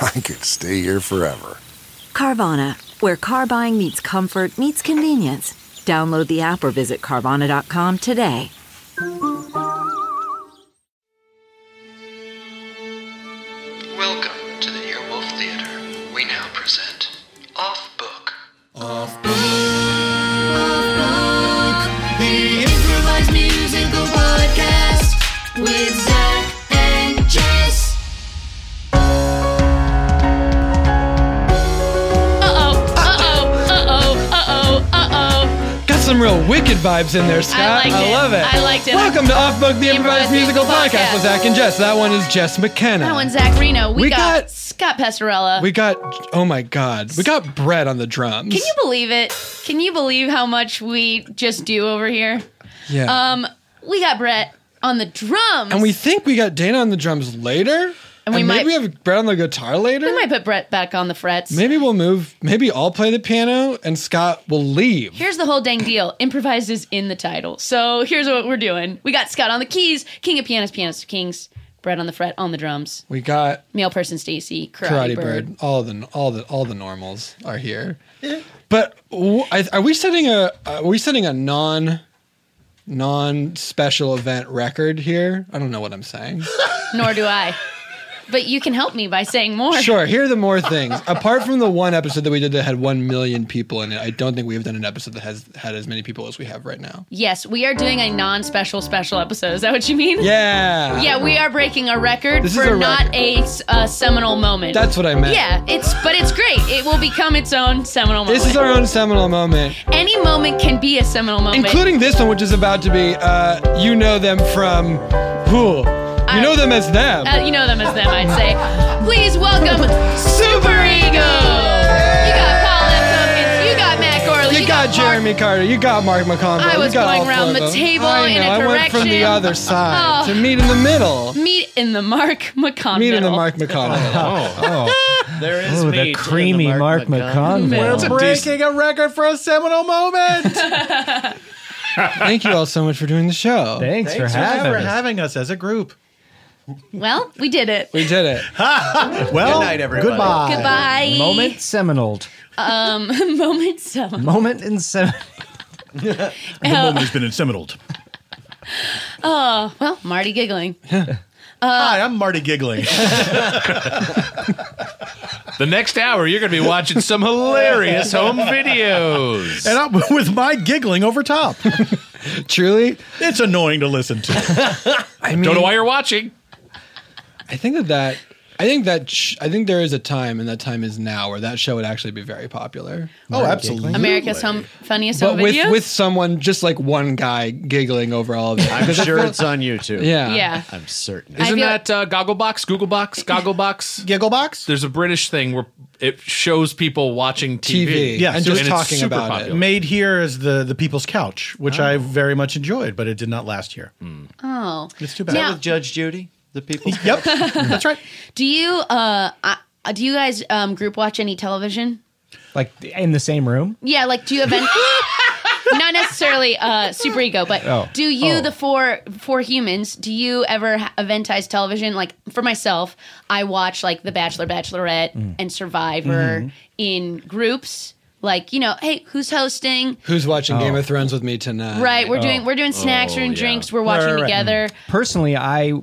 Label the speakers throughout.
Speaker 1: I could stay here forever.
Speaker 2: Carvana, where car buying meets comfort, meets convenience. Download the app or visit Carvana.com today.
Speaker 3: Welcome to the Earwolf Theater. We now present Off Book.
Speaker 4: The improvised musical podcast with Zach and Jess.
Speaker 5: Uh-oh, uh-oh, uh-oh, uh-oh, uh-oh.
Speaker 6: Got some real wicked vibes in there, Scott.
Speaker 5: I liked it.
Speaker 6: love it.
Speaker 5: I liked it.
Speaker 6: Welcome to Off Book, the
Speaker 5: Improvised
Speaker 6: improvised musical
Speaker 5: Musical
Speaker 6: podcast with
Speaker 5: Podcast.
Speaker 6: Zach and Jess. That one is Jess McKenna.
Speaker 5: That one's uh, Zach Reno. We,
Speaker 6: We
Speaker 5: got,
Speaker 6: got-
Speaker 5: Scott Pestarella.
Speaker 6: We got, oh my God, we got Brett on the drums.
Speaker 5: Can you believe it? Can you believe how much we just do over here?
Speaker 6: Yeah.
Speaker 5: Um, we got Brett on the drums.
Speaker 6: and we think we got Dana on the drums later.
Speaker 5: And we
Speaker 6: maybe
Speaker 5: might-
Speaker 6: we have Brett on the guitar later.
Speaker 5: We might put Brett back on the frets.
Speaker 6: Maybe we'll move. Maybe I'll play the piano and Scott will leave.
Speaker 5: Here's the whole dang deal. Improvised is in the title. So here's what we're doing. We got Scott on the keys, King of Pianists, Pianist of Kings, Brett on the fret, on the drums,
Speaker 6: We got
Speaker 5: male person Stacy, Karate,
Speaker 6: Karate
Speaker 5: Bird.
Speaker 6: Bird. All the all the all the normals are here. But w- I- are we setting a are we setting a non non special event record here? I don't know what I'm saying.
Speaker 5: Nor do I. But you can help me by saying more.
Speaker 6: Sure, here are the more things. Apart from the one episode that we did that had 1 million people in it, I don't think we've done an episode that has had as many people as we have right now.
Speaker 5: Yes, we are doing a non-special special episode. Is that what you mean?
Speaker 6: Yeah.
Speaker 5: Yeah, we are breaking a record
Speaker 6: This is
Speaker 5: for
Speaker 6: a
Speaker 5: not a uh, seminal moment.
Speaker 6: That's what I meant.
Speaker 5: yeah, it's but it's great. It will become its own seminal moment.
Speaker 6: This is our own seminal moment,
Speaker 5: Any moment can be a seminal moment.
Speaker 6: including this one, which is about to be. Uh, you know them from who? You know them as them.
Speaker 5: Uh, you know them as them, I'd say. Please welcome Super Ego. You got Paul F. Tompkins. You got Matt Gorley.
Speaker 6: You, got,
Speaker 5: Mark-
Speaker 6: Jeremy Carter. You got Mark McConville.
Speaker 5: I was
Speaker 6: you got
Speaker 5: going around the
Speaker 6: Alflobo.
Speaker 5: table
Speaker 6: I
Speaker 5: in
Speaker 6: know,
Speaker 5: a
Speaker 6: I went from the
Speaker 5: direction.
Speaker 6: other side
Speaker 5: Oh.
Speaker 6: to meet in the middle.
Speaker 5: Meet in the Mark McConnell.
Speaker 6: Meet in the Mark McConville.
Speaker 7: There is
Speaker 8: Oh, the
Speaker 7: meat
Speaker 8: creamy
Speaker 7: in the
Speaker 8: Mark, McConville.
Speaker 7: breaking a record for a seminal moment.
Speaker 6: Thank you all so much for doing the show.
Speaker 8: Thanks, for
Speaker 7: Thanks for
Speaker 8: having
Speaker 7: having,
Speaker 8: us.
Speaker 7: us as a group.
Speaker 5: Well, we did it.
Speaker 6: We did it.
Speaker 7: Well, good night, everybody.
Speaker 8: Goodbye.
Speaker 5: Goodbye.
Speaker 8: Moment seminal.
Speaker 5: Um, moment seminal.
Speaker 8: Moment in seminal.
Speaker 5: Oh,
Speaker 7: has been inseminated.
Speaker 5: well, Marty giggling.
Speaker 7: Oh, Uh, Hi, I'm Marty Giggling.
Speaker 9: The next hour, you're going to be watching some hilarious home videos.
Speaker 7: and I'm with my giggling over top.
Speaker 6: Truly,
Speaker 7: It's annoying to listen to.
Speaker 6: I mean,
Speaker 9: Don't know why you're watching.
Speaker 6: I think that that. I think that sh- I think there is a time, and that time is now, where that show would actually be very popular.
Speaker 7: Oh, absolutely.
Speaker 5: America's home funniest
Speaker 6: But
Speaker 5: home
Speaker 6: with
Speaker 5: videos.
Speaker 6: with someone, just like one guy giggling over all of it.
Speaker 8: I'm
Speaker 6: Because I feel-
Speaker 8: on YouTube.
Speaker 6: Yeah.
Speaker 5: yeah,
Speaker 8: I'm certain.
Speaker 5: I
Speaker 9: Isn't
Speaker 5: feel-
Speaker 9: that uh, Gogglebox, Googlebox, Gogglebox?
Speaker 7: Giggle box?
Speaker 9: There's a British thing where it shows people watching TV.
Speaker 6: TV.
Speaker 7: Yeah,
Speaker 6: and
Speaker 7: so-
Speaker 6: just
Speaker 9: and it's
Speaker 6: talking
Speaker 9: super
Speaker 6: about
Speaker 9: popular.
Speaker 7: Made here is the the People's Couch, which
Speaker 8: Ah.
Speaker 7: I very much enjoyed, but it did not last here.
Speaker 8: Hmm.
Speaker 5: oh,
Speaker 7: It's too bad.
Speaker 5: Now-
Speaker 8: Judge Judy, the people.
Speaker 7: yep, that's right.
Speaker 5: do you uh, I, do you guys um group watch any television?
Speaker 8: Like in the same room?
Speaker 5: Yeah, like do you have any? Not necessarily uh, super ego, but
Speaker 8: Oh.
Speaker 5: do you
Speaker 8: Oh.
Speaker 5: the four four humans? Do you ever ha- eventize television? Like for myself, I watch like The Bachelor, Bachelorette,
Speaker 8: Mm.
Speaker 5: and Survivor
Speaker 10: Mm-hmm.
Speaker 5: in groups. Like you know, hey, who's hosting?
Speaker 6: Who's watching Game
Speaker 7: Oh.
Speaker 6: of Thrones
Speaker 10: Uh,
Speaker 6: with me tonight?
Speaker 8: oh.
Speaker 10: Oh,
Speaker 5: Oh, Right, we're doing we're doing snacks, we're doing drinks, we're watching
Speaker 6: right, right.
Speaker 5: together.
Speaker 8: Mm. Personally, I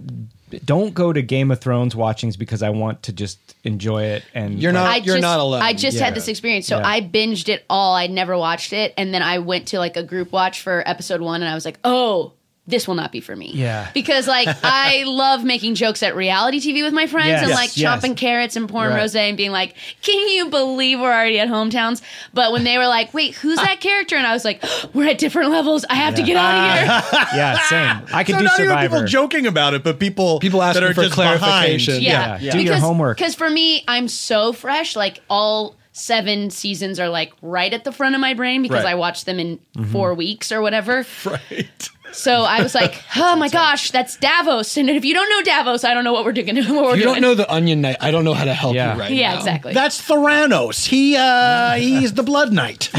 Speaker 8: Don't go to Game of Thrones watchings because I want to just enjoy it. And
Speaker 10: You're not-
Speaker 5: I
Speaker 8: like,
Speaker 5: just, I just
Speaker 8: Yeah.
Speaker 5: had this experience. So
Speaker 8: Yeah.
Speaker 5: I binged it all. I'd never watched it. And then I went to like a group watch for episode one and I was like, oh, this will not be for me.
Speaker 8: Yeah.
Speaker 5: Because like I love making jokes at reality TV with my friends
Speaker 8: Yes.
Speaker 5: and
Speaker 8: Yes,
Speaker 5: like
Speaker 8: yes.
Speaker 5: chopping carrots and pouring
Speaker 8: Right.
Speaker 5: rose and being like, can you believe we're already at hometowns? But when they were like, wait, who's that character? And I was like, we're at different levels. I have to get out of here.
Speaker 8: yeah, same. I could
Speaker 7: so
Speaker 8: do
Speaker 7: not
Speaker 8: Survivor.
Speaker 7: even people joking about it, but people
Speaker 10: People asking
Speaker 7: that are
Speaker 10: for
Speaker 7: just
Speaker 10: clarification.
Speaker 7: Behind.
Speaker 5: Yeah.
Speaker 8: Ah. Yeah. Do your homework.
Speaker 5: Because for me, I'm so fresh. Like all seven seasons are like right at the front of my brain because
Speaker 7: Right.
Speaker 5: I watched them in
Speaker 8: Mm-hmm.
Speaker 5: four weeks or whatever. Right. So I was like, oh my gosh, that's Davos. And if you don't know Davos, I don't know what we're doing. What we're
Speaker 10: If you
Speaker 5: doing.
Speaker 10: don't know the onion knight, I don't know how to help
Speaker 8: Yeah.
Speaker 10: you right
Speaker 5: yeah,
Speaker 10: now.
Speaker 5: exactly.
Speaker 7: That's Theranos. He uh he's the Blood Knight.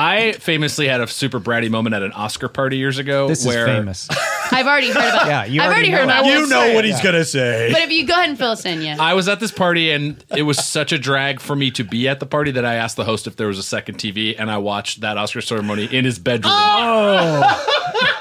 Speaker 11: I famously had a super bratty moment at an Oscar party years ago
Speaker 8: this is
Speaker 11: where
Speaker 8: famous.
Speaker 5: I've already heard about.
Speaker 8: Yeah, you
Speaker 5: I've already
Speaker 8: already
Speaker 5: heard
Speaker 8: know
Speaker 5: about.
Speaker 8: it.
Speaker 5: what
Speaker 7: You
Speaker 5: I'm
Speaker 7: know
Speaker 5: saying.
Speaker 7: what he's gonna say.
Speaker 5: But if you go ahead and fill us in, yeah.
Speaker 11: I was at this party and it was such a drag for me to be at the party that I asked the host if there was a second TV and I watched that Oscar ceremony in his bedroom.
Speaker 5: Oh,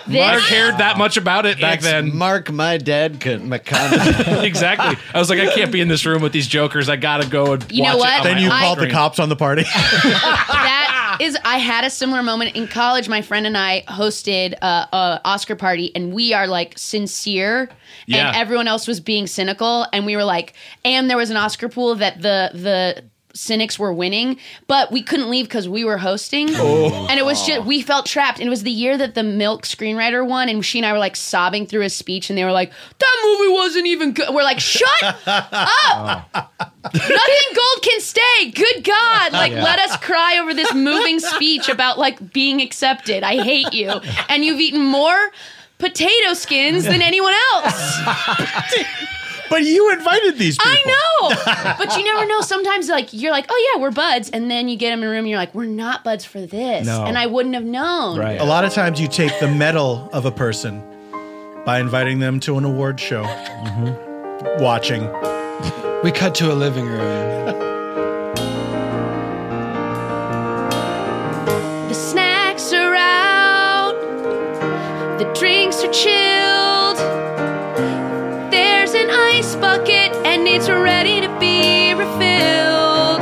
Speaker 5: This-
Speaker 11: I cared that much about it back
Speaker 4: It's
Speaker 11: then.
Speaker 4: Mark, my dad, couldn't McConaughey.
Speaker 11: exactly. I was like, I can't be in this room with these jokers. I gotta go and
Speaker 5: You
Speaker 11: watch
Speaker 5: know
Speaker 11: it
Speaker 5: what?
Speaker 11: on
Speaker 7: then
Speaker 11: my
Speaker 7: you
Speaker 11: own
Speaker 7: called the
Speaker 11: screen.
Speaker 7: cops on the party. Ah.
Speaker 5: that is i had a similar moment in college my friend and i hosted a, a oscar party and we are like sincere
Speaker 11: Yeah.
Speaker 5: and everyone else was being cynical and we were like and there was an oscar pool that the the cynics were winning but we couldn't leave because we were hosting
Speaker 7: Oh.
Speaker 5: and it was just we felt trapped and it was the year that the milk screenwriter won and she and i were like sobbing through his speech and they were like that movie wasn't even good we're like shut Oh. Nothing gold can stay. Good God. Like, let us cry over this moving speech about, like, being accepted. I hate you. And you've eaten more potato skins than anyone else.
Speaker 7: but you invited these people.
Speaker 5: I know. But you never know. Sometimes, like, you're like, oh, yeah, we're buds. And then you get them in a room and you're like, we're not buds for this.
Speaker 8: No.
Speaker 5: And I wouldn't have known.
Speaker 8: right.
Speaker 7: A lot of times you take the medal of a person by inviting them to an award show. Watching.
Speaker 10: Mm-hmm. We cut to a living room.
Speaker 5: The snacks are out. The drinks are chilled. There's an ice bucket and it's ready to be refilled.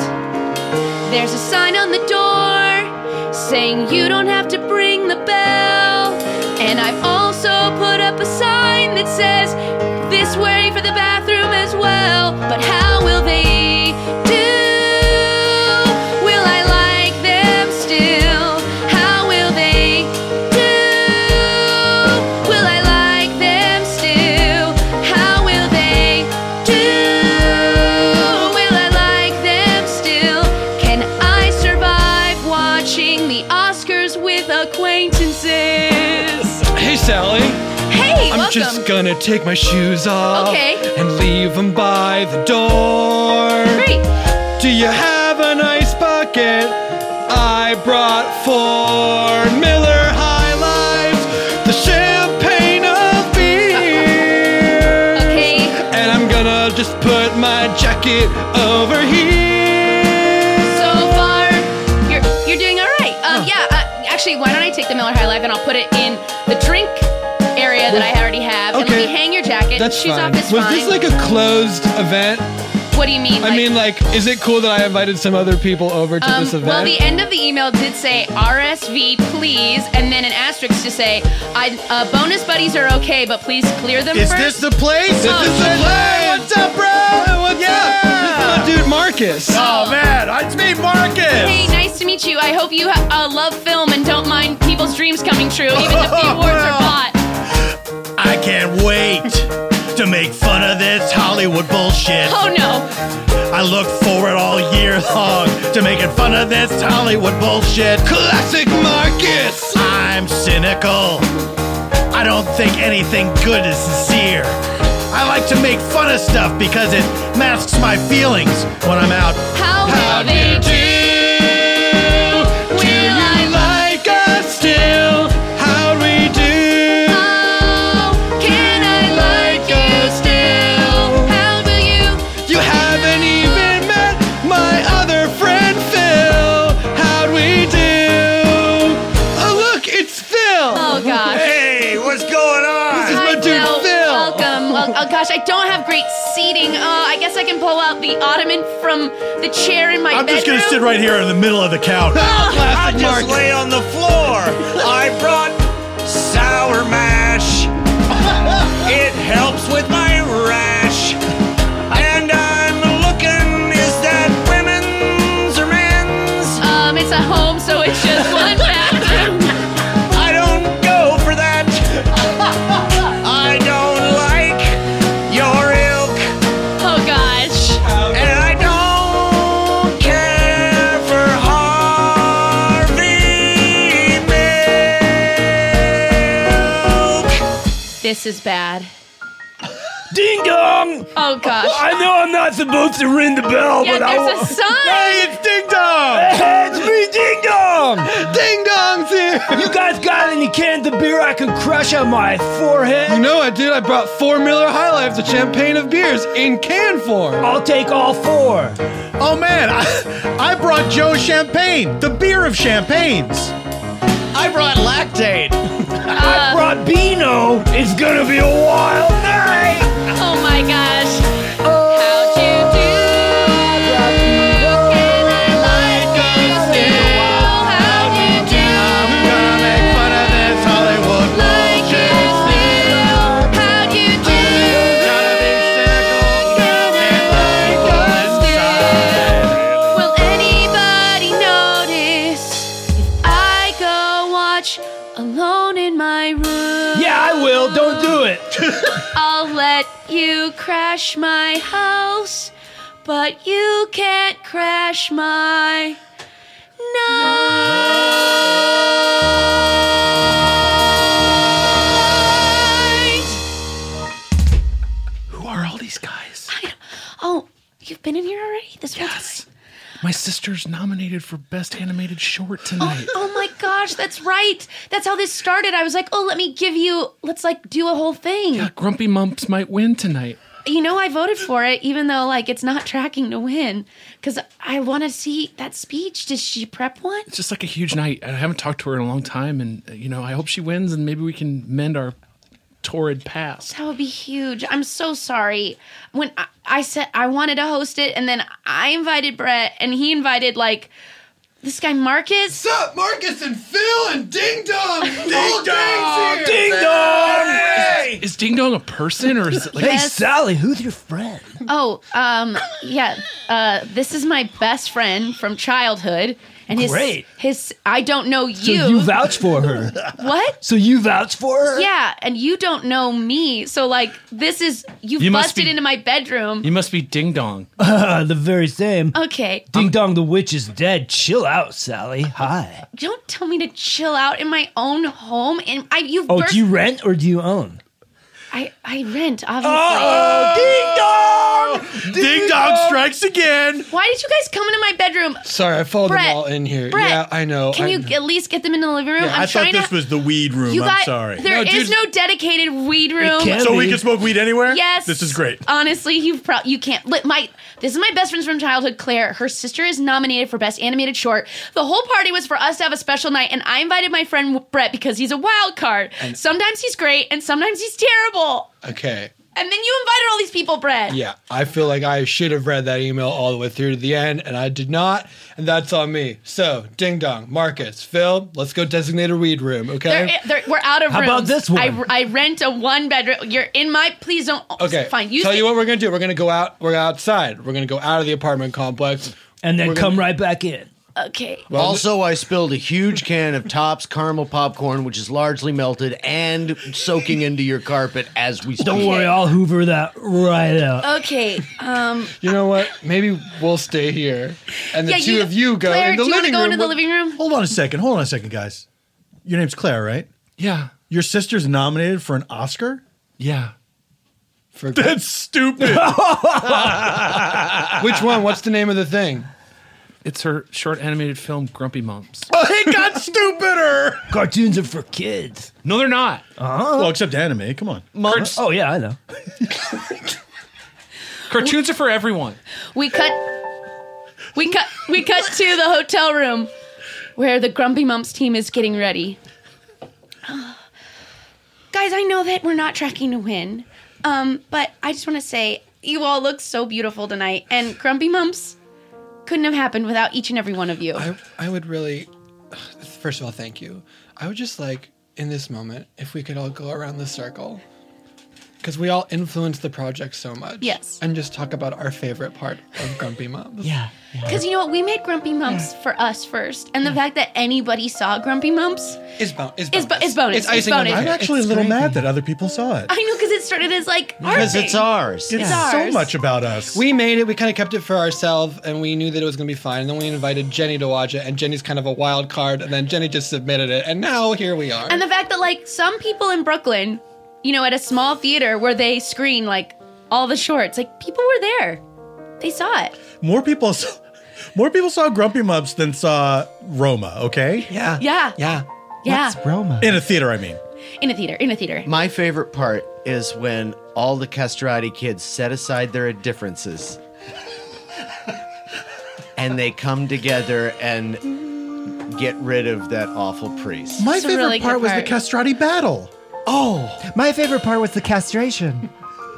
Speaker 5: There's a sign on the door saying you don't have to bring the bell. And I've also put up a sign that says this way for the bathroom as well. But how will they do? Will I like them still? How will they do? Will I like them still? How will they do? Will I like them still? Can I survive watching the Oscars with acquaintances?
Speaker 10: Hey, Sally.
Speaker 5: Hey,
Speaker 10: I'm
Speaker 5: welcome.
Speaker 10: just gonna take my shoes off
Speaker 5: Okay.
Speaker 10: and leave them by the door.
Speaker 5: Great.
Speaker 10: Do you have an ice bucket? I brought four Miller High Lives, the champagne of beer.
Speaker 5: Okay,
Speaker 10: And I'm gonna just put my jacket over here.
Speaker 5: so far you're you're doing all right. Um, yeah. Uh, actually, why don't I take the Miller High Life and I'll put it in the drink area that I already have, and let
Speaker 10: okay.
Speaker 5: me hang your jacket.
Speaker 10: That's
Speaker 5: She's
Speaker 10: fine.
Speaker 5: off is
Speaker 10: Was
Speaker 5: fine.
Speaker 10: this like a closed event?
Speaker 5: what do you mean?
Speaker 10: I mean, like, is it cool that I invited some other people over to
Speaker 5: Um,
Speaker 10: this event?
Speaker 5: well, the end of the email did say RSV, please, and then an asterisk to say, I, uh, bonus buddies are okay, but please clear them
Speaker 7: Is
Speaker 5: first.
Speaker 7: this the place?
Speaker 10: This
Speaker 5: Oh,
Speaker 10: is the
Speaker 5: shit.
Speaker 10: play. What's up, bro? What's up? This is my dude Marcus.
Speaker 7: Oh man, it's me, Marcus!
Speaker 5: Hey, nice to meet you. I hope you ha- uh, love film and don't mind people's dreams coming true, even if
Speaker 7: Oh,
Speaker 5: the awards are bought.
Speaker 7: I can't wait to make fun of this Hollywood bullshit.
Speaker 5: Oh no.
Speaker 7: I look forward all year long to making fun of this Hollywood bullshit.
Speaker 10: Classic Marcus.
Speaker 7: I'm cynical. I don't think anything good is sincere. I like to make fun of stuff because it masks my feelings when I'm out.
Speaker 5: How, will they do? Will I
Speaker 10: Like us still. How'd we do?
Speaker 5: love? Oh, Can I like you still? How will you?
Speaker 10: You haven't even met my other friend Phil. How'd we do? Oh look, it's Phil.
Speaker 5: Oh gosh.
Speaker 7: Hey, what's going on?
Speaker 10: This is my
Speaker 5: Hi,
Speaker 10: dude
Speaker 5: Phil.
Speaker 10: Phil.
Speaker 5: Welcome, welcome. gosh, I don't have great seating. Uh, I guess I can pull out the ottoman from the chair in my
Speaker 7: I'm
Speaker 5: bedroom.
Speaker 7: just gonna sit right here in the middle of the couch.
Speaker 10: I just laid on the floor. I brought sour mash. It helps with my rash. And I'm looking, is that women's or men's?
Speaker 5: Um, it's a home, so it's just one bathroom.
Speaker 10: I don't go for that. I don't like your ilk.
Speaker 5: Oh gosh.
Speaker 10: And I don't care for Harvey
Speaker 5: This is bad.
Speaker 12: Ding dong!
Speaker 5: Oh gosh.
Speaker 12: I know I'm not supposed to ring the bell,
Speaker 5: Yeah,
Speaker 12: but I
Speaker 5: there's a
Speaker 12: wa-
Speaker 5: sign.
Speaker 12: Hey, it's ding dong! it's me, ding dong! Ding dong's here! You guys got any cans of beer I can crush on my forehead? You know I did. I brought four Miller High Life, the champagne of beers, in can form. I'll take all four.
Speaker 7: Oh man, I, I brought Joe champagne, the beer of champagnes.
Speaker 10: I brought lactate.
Speaker 5: Uh,
Speaker 12: I brought Beano. It's gonna be a wild night.
Speaker 5: Oh my gosh. How'd you do? Oh, Can I like you still? How'd you do? I'm gonna make fun of this Hollywood Like you still? How'd you do? Gotta be Will anybody notice if I go watch Alone in my room?
Speaker 12: Yeah, I will. Don't do it.
Speaker 5: I'll let you crash my house, but you can't crash my.
Speaker 9: Who are all these guys?
Speaker 5: Oh, you've been in here already this whole time.
Speaker 9: My sister's nominated for best animated short tonight.
Speaker 5: Oh my gosh, that's right. That's how this started. I was like, oh, let me give you, let's like do a whole thing.
Speaker 9: Grumpy Mumps might win tonight.
Speaker 5: You know, I voted for it, even though like it's not tracking to win, because I want to see that speech. Does she prep one?
Speaker 9: It's just like a huge night. I haven't talked to her in a long time, and uh, you know, I hope she wins, and maybe we can mend our torrid past.
Speaker 5: That would be huge. I'm so sorry. When I, I said I wanted to host it, and then I invited Brett, and he invited like this guy Marcus.
Speaker 6: Sup, Marcus and Phil and Ding Dong. Ding
Speaker 12: Dong.
Speaker 6: Ding
Speaker 12: Dong.
Speaker 9: Is, is Ding Dong a person, or is it like?
Speaker 12: Hey, Sally, who's your friend?
Speaker 5: Oh, um, yeah. Uh, this is my best friend from childhood, and his
Speaker 12: Great.
Speaker 5: his I don't know
Speaker 12: So
Speaker 5: you.
Speaker 12: you vouch for her.
Speaker 5: what?
Speaker 12: So you vouch for her?
Speaker 5: Yeah, and you don't know me, so like this is you,
Speaker 12: You must
Speaker 5: busted
Speaker 12: be-
Speaker 5: into my bedroom.
Speaker 9: You must be Ding Dong.
Speaker 12: the very same.
Speaker 5: Oh. Okay, um,
Speaker 12: Ding dong, the witch is dead. Chill out, Sally. Hi.
Speaker 5: don't tell me to chill out in my own home, and I you.
Speaker 12: Oh,
Speaker 5: burst-
Speaker 12: do you rent or do you own?
Speaker 5: I I rent obviously.
Speaker 12: Oh,
Speaker 5: ding dong!
Speaker 6: Ding dong strikes
Speaker 5: again. Why did you guys come into my bedroom?
Speaker 6: Sorry, I followed
Speaker 5: Brett,
Speaker 6: them all in here.
Speaker 5: Brett,
Speaker 6: yeah, I know.
Speaker 5: Can
Speaker 6: I
Speaker 5: you
Speaker 6: know.
Speaker 5: at least get them in the living room? I'm
Speaker 7: I thought
Speaker 5: trying
Speaker 7: this
Speaker 5: to.
Speaker 7: was the weed room.
Speaker 5: you
Speaker 7: I'm
Speaker 5: got,
Speaker 7: sorry.
Speaker 5: There is no, dedicated weed room.
Speaker 7: so we can smoke weed anywhere.
Speaker 5: Yes.
Speaker 7: this is great.
Speaker 5: Honestly, you pro- you can't. Li- my this is my best friend's from childhood, Claire. Her sister is nominated for best animated short. The whole party was for us to have a special night, and I invited my friend Brett because he's a wild card.
Speaker 6: And-
Speaker 5: sometimes he's great, and sometimes he's terrible.
Speaker 6: Okay.
Speaker 5: And then you invited all these people, Brett.
Speaker 6: Yeah, I feel like I should have read that email all the way through to the end, and I did not, and that's on me. So, ding dong, Marcus, Phil, let's go designate a weed room,
Speaker 5: They're, eh,
Speaker 6: okay?
Speaker 5: they're- we're out of
Speaker 6: How
Speaker 5: rooms.
Speaker 6: about this one?
Speaker 5: I, I rent a one bedroom. You're in my. Please don't.
Speaker 6: okay,
Speaker 5: Fine. You
Speaker 6: tell
Speaker 5: say-
Speaker 6: you what we're gonna do. We're gonna go out. We're outside. We're gonna go out of the apartment complex,
Speaker 12: and then
Speaker 6: come
Speaker 12: right back in.
Speaker 5: Okay.
Speaker 13: also, I spilled a huge can of Topps caramel popcorn, which is largely melted and soaking into your carpet as we speak.
Speaker 12: Don't worry, I'll hoover that right out.
Speaker 5: Okay. Um.
Speaker 6: You know what? Maybe we'll stay here, and the
Speaker 5: Yeah,
Speaker 6: two
Speaker 5: you-
Speaker 6: of you go
Speaker 5: Claire,
Speaker 6: in the
Speaker 5: do you wanna
Speaker 6: living
Speaker 5: go
Speaker 6: room.
Speaker 5: into the living room?
Speaker 7: Hold on a second. Hold on a second, guys. Your name's Claire, right?
Speaker 9: Yeah.
Speaker 7: Your sister's nominated for an Oscar.
Speaker 9: Yeah.
Speaker 6: For
Speaker 7: That's stupid.
Speaker 6: Which one? What's the name of the thing?
Speaker 9: It's her short animated film, Grumpy Mumps.
Speaker 7: Oh, it got stupider.
Speaker 12: Cartoons are for kids.
Speaker 9: No, they're not.
Speaker 7: Uh-huh. Well, except anime. Come on.
Speaker 12: Oh yeah, I know.
Speaker 9: Cartoons are for everyone.
Speaker 5: We cut. We cut. We cut to the hotel room, where the Grumpy Mumps team is getting ready. Guys, I know that we're not tracking to win.
Speaker 4: Um, but I just want to say you all look so beautiful tonight, and Grumpy Mumps couldn't have happened without each and every one of you.
Speaker 6: I, I would really, first of all, thank you. I would just like, in this moment, if we could all go around the circle, because we all influence the project so much.
Speaker 4: Yes.
Speaker 6: And just talk about our favorite part of Grumpy Moms.
Speaker 10: Yeah.
Speaker 4: Because you know what? We made Grumpy Mumps for us first, and the fact that anybody saw Grumpy Mumps
Speaker 6: It's, bon- it's bonus.
Speaker 4: is, bo- is bonus.
Speaker 6: It's icing on
Speaker 4: bonus.
Speaker 6: the
Speaker 7: I'm actually a little mad that other people saw it.
Speaker 4: I know because it started as like our
Speaker 7: Because
Speaker 4: thing.
Speaker 7: it's ours.
Speaker 4: It's
Speaker 7: It's
Speaker 4: ours.
Speaker 7: so much about us.
Speaker 6: We made it. We kind of kept it for ourselves, and we knew that it was going to be fine. And then we invited Jenny to watch it, and Jenny's kind of a wild card. And then Jenny just submitted it, and now here we are.
Speaker 4: And the fact that like some people in Brooklyn, you know, at a small theater where they screen like all the shorts, like people were there. They saw it.
Speaker 7: More people saw, more people saw Grumpy Mumps than saw Roma, okay?
Speaker 6: Yeah.
Speaker 4: Yeah.
Speaker 6: Yeah.
Speaker 4: Yeah.
Speaker 7: Roma? In a theater, I mean.
Speaker 4: In a theater. In a theater.
Speaker 13: My favorite part is when all the Castrati kids set aside their differences and they come together and get rid of that awful priest.
Speaker 7: My favorite part was the Castrati battle.
Speaker 14: Oh, my favorite part was the castration,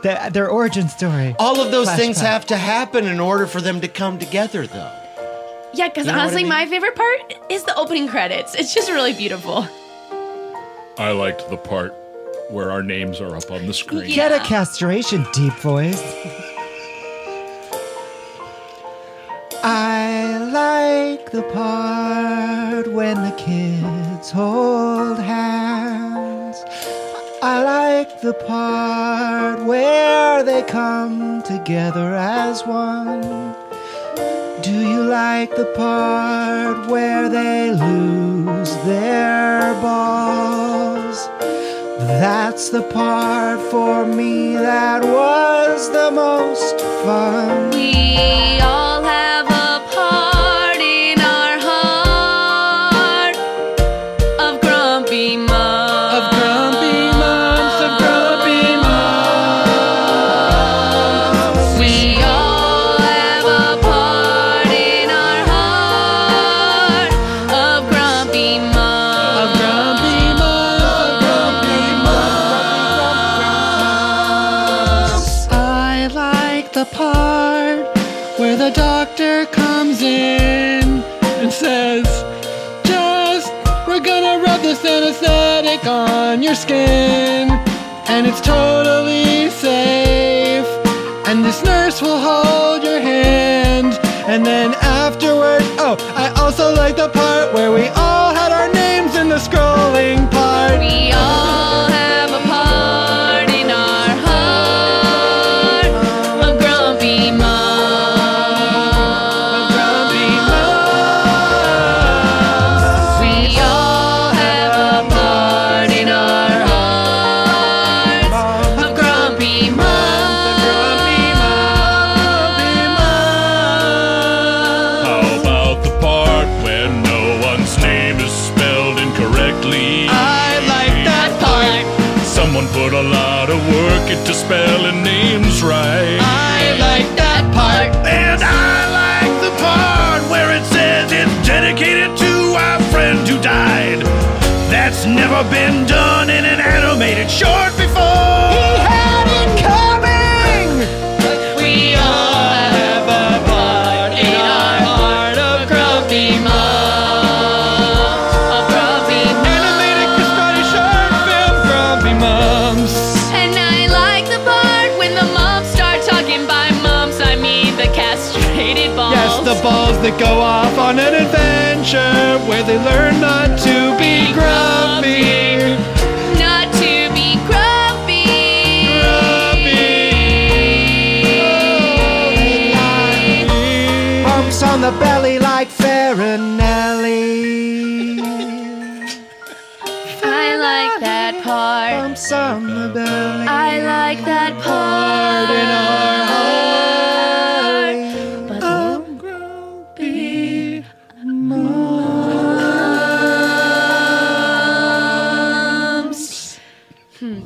Speaker 14: the, their origin story.
Speaker 13: All of those things
Speaker 14: Flashback.
Speaker 13: have to happen in order for them to come together, though.
Speaker 4: Yeah, because
Speaker 13: You know what I
Speaker 4: honestly,
Speaker 13: mean?
Speaker 4: my favorite part is the opening credits. It's just really beautiful.
Speaker 5: I liked the part where our names are up on the screen.
Speaker 14: Get a castration, deep voice. I like the part when the kids hold hands. I like the part where they come together as one. Do you like the part where they lose their balls? That's the part for me that was the most fun.
Speaker 4: We all have a part in our heart of grumpy mom. Of grumpy moms, of grumpy moms. We all have a part in our heart of grumpy moms. Of grumpy
Speaker 10: I like the part where the doctor comes in and says, Just, we're gonna rub this anesthetic on your skin, and it's totally safe. And this nurse will hold your hand, and then afterward, oh, I also like the part where we all had our names in the scrolling part.
Speaker 4: We all have a part in our heart of grumpy moms. Grumpy moms. We all have a part in our hearts of grumpy moms. Grumpy
Speaker 9: How about the part where no one's name is spelled incorrectly?
Speaker 10: I like that part.
Speaker 9: Someone put a lot of work into spelling names right.
Speaker 10: I like that part.
Speaker 9: And I like the part where it says it's dedicated to our friend who died. That's never been done in an animated short before. He had it coming.
Speaker 10: We all have a part in our heart of grumpy moms. Of grumpy moms. Animated Castrati short film, grumpy moms.
Speaker 4: And I like the part when the moms start talking by moms. I mean the castrated balls.
Speaker 10: Yes, the balls that go off on an adventure where they learn not to be grumpy.
Speaker 4: Not to be grumpy.
Speaker 14: Bumps on the belly like Farinelli.
Speaker 4: I like that part.
Speaker 14: Bumps on the belly.
Speaker 4: I like that part in our heart. But I'm grumpy. Moms. Hmm.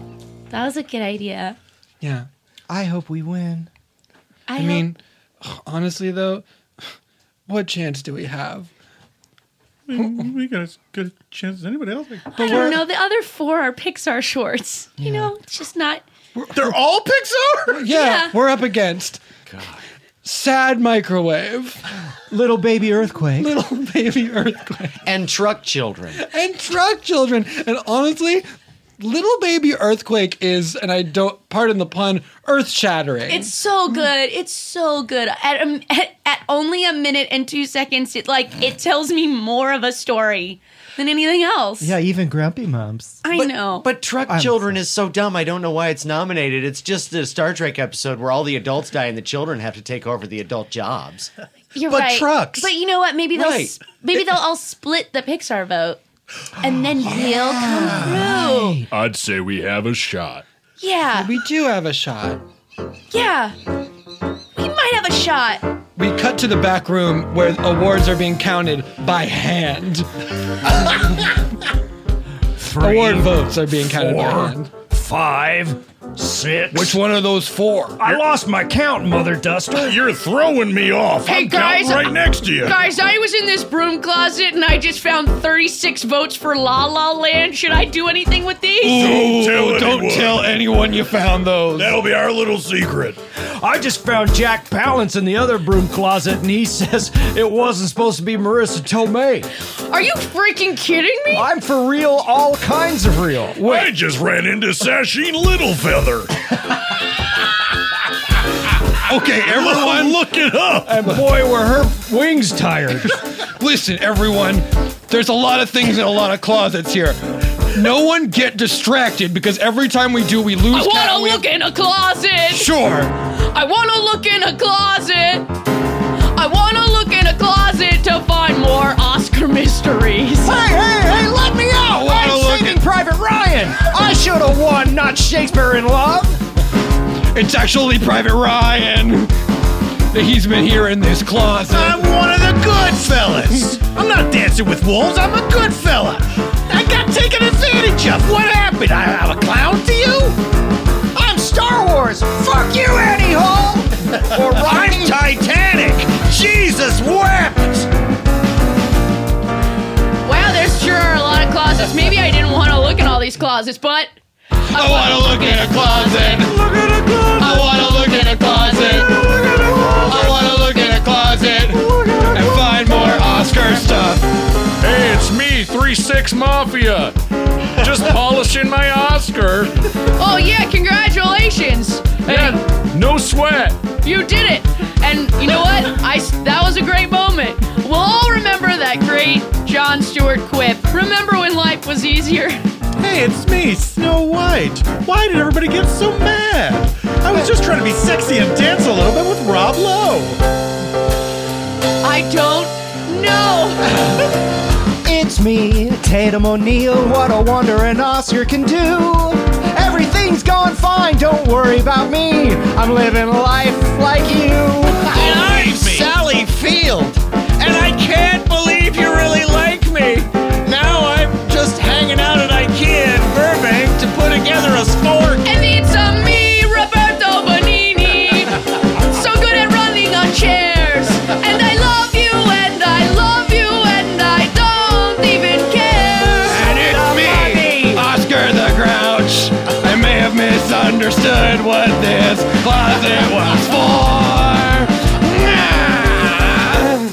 Speaker 4: That was a good idea.
Speaker 6: yeah.
Speaker 14: I hope we win.
Speaker 4: I,
Speaker 6: I,
Speaker 4: hope-
Speaker 6: mean, honestly though, what chance do we have?
Speaker 7: We, we got as good a chance as anybody else.
Speaker 4: I don't know. The other four are Pixar shorts. You know, it's just not.
Speaker 15: They're all Pixar?
Speaker 6: Yeah, we're up against. Sad microwave.
Speaker 14: Little baby earthquake.
Speaker 6: Little baby earthquake.
Speaker 13: And truck children.
Speaker 6: and truck children. And honestly, little baby earthquake is, and I don't pardon the pun, earth shattering.
Speaker 5: It's so good. It's so good. At, um, at, at only a minute and two seconds, it like it tells me more of a story than anything else.
Speaker 14: Yeah, even grumpy moms.
Speaker 5: I know.
Speaker 13: But Truck Children is so dumb. I don't know why it's nominated. It's just the Star Trek episode where all the adults die and the children have to take over the adult jobs.
Speaker 5: You're
Speaker 13: but
Speaker 5: right.
Speaker 13: trucks.
Speaker 5: But you know what? Maybe they'll
Speaker 13: Right.
Speaker 5: s- maybe they'll all split the Pixar vote, and then he'll come
Speaker 9: I'd say we have a shot.
Speaker 5: through. Yeah,
Speaker 6: We do have a shot.
Speaker 5: yeah. We might have a shot.
Speaker 6: We cut to the back room where awards are being counted by hand. Award votes are being counted by
Speaker 12: four,
Speaker 6: hand.
Speaker 12: Five, six.
Speaker 6: Which one of those four?
Speaker 12: I lost my count, Mother Duster.
Speaker 15: You're throwing me off.
Speaker 5: Hey guys,
Speaker 15: right next to you.
Speaker 5: Guys, I was in this broom closet and I just found 36 votes for La La Land. Should I do anything with these?
Speaker 12: don't tell anyone you found those. That'll be our little secret. I just found Jack Palance in the other broom closet, and he says it wasn't supposed to be Marissa Tomei.
Speaker 5: Are you freaking kidding me?
Speaker 12: I'm for real, all kinds of real.
Speaker 10: I just ran into Sasheen Littlefeather.
Speaker 6: Okay, everyone,
Speaker 15: look it up.
Speaker 6: And boy, were her wings tired. Listen, everyone, there's a lot of things in a lot of closets here. No one get distracted because every time we do, we lose. count
Speaker 5: I want
Speaker 6: and
Speaker 5: to
Speaker 6: we-
Speaker 5: look in a closet.
Speaker 6: Sure.
Speaker 5: I want to look in a closet. I want to look in a closet to find more Oscar mysteries.
Speaker 12: Hey, hey, hey, let me out!
Speaker 5: I
Speaker 12: I'm
Speaker 5: wanna look
Speaker 12: saving Private Ryan! I should have won, not Shakespeare in Love!
Speaker 6: It's actually Private Ryan. He's been here in this closet.
Speaker 7: I'm one of the good fellas. I'm not dancing with wolves. I'm a good fella. I got taken advantage of. What happened? I, I'm a clown to you?
Speaker 12: I'm Star Wars! Fuck you, Annie Hall!
Speaker 7: Or I'm Titanic. Jesus wept.
Speaker 5: Wow, there's sure are a lot of closets. Maybe I didn't want to look in all these closets, but I
Speaker 6: want to look in a closet.
Speaker 12: Look in a closet.
Speaker 6: I want to look in a closet. I want to look in a closet and find more Oscar stuff.
Speaker 9: Hey, it's me, 3 6 Mafia. Just polishing my Oscar.
Speaker 5: Oh yeah, congratulations. Hey,
Speaker 9: No sweat.
Speaker 5: you did it. And you know what? I s- that was a great moment. We'll all remember that great John Stewart quip. Remember when life was easier?
Speaker 15: Hey, it's me, Snow White. Why did everybody get so mad? I was just trying to be sexy and dance a little bit with Rob Lowe.
Speaker 5: I don't know.
Speaker 14: It's me, Tatum O'Neill. What a wonder an Oscar can do. Everything's going fine. Don't worry about me. I'm living life like you.
Speaker 10: And I'm Sally Field. And I can't believe you really like me. Now I'm just hanging out at IKEA in Burbank to put together a sport.
Speaker 5: and it's a me, Roberto Bonini. So good at running on chairs. And I love you, and I love you, and I don't even care.
Speaker 6: And it's me, Oscar the Grouch. I may have misunderstood what this closet was for.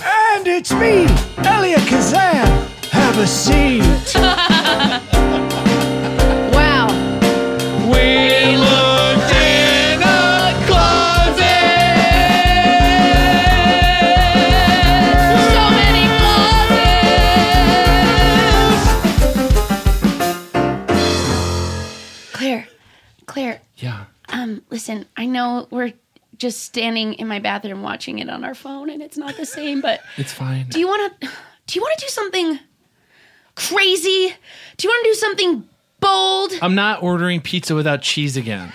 Speaker 12: And it's me, Elia Kazan. Have a seat.
Speaker 5: Wow.
Speaker 6: We looked in a closet.
Speaker 5: So many closets. Claire, Claire.
Speaker 9: Yeah.
Speaker 5: Um, listen, I know we're just standing in my bathroom watching it on our phone, and it's not the same. But
Speaker 9: It's fine.
Speaker 5: do you want to? Do you want to do something crazy? Do you want to do something bold?
Speaker 9: I'm not ordering pizza without cheese again.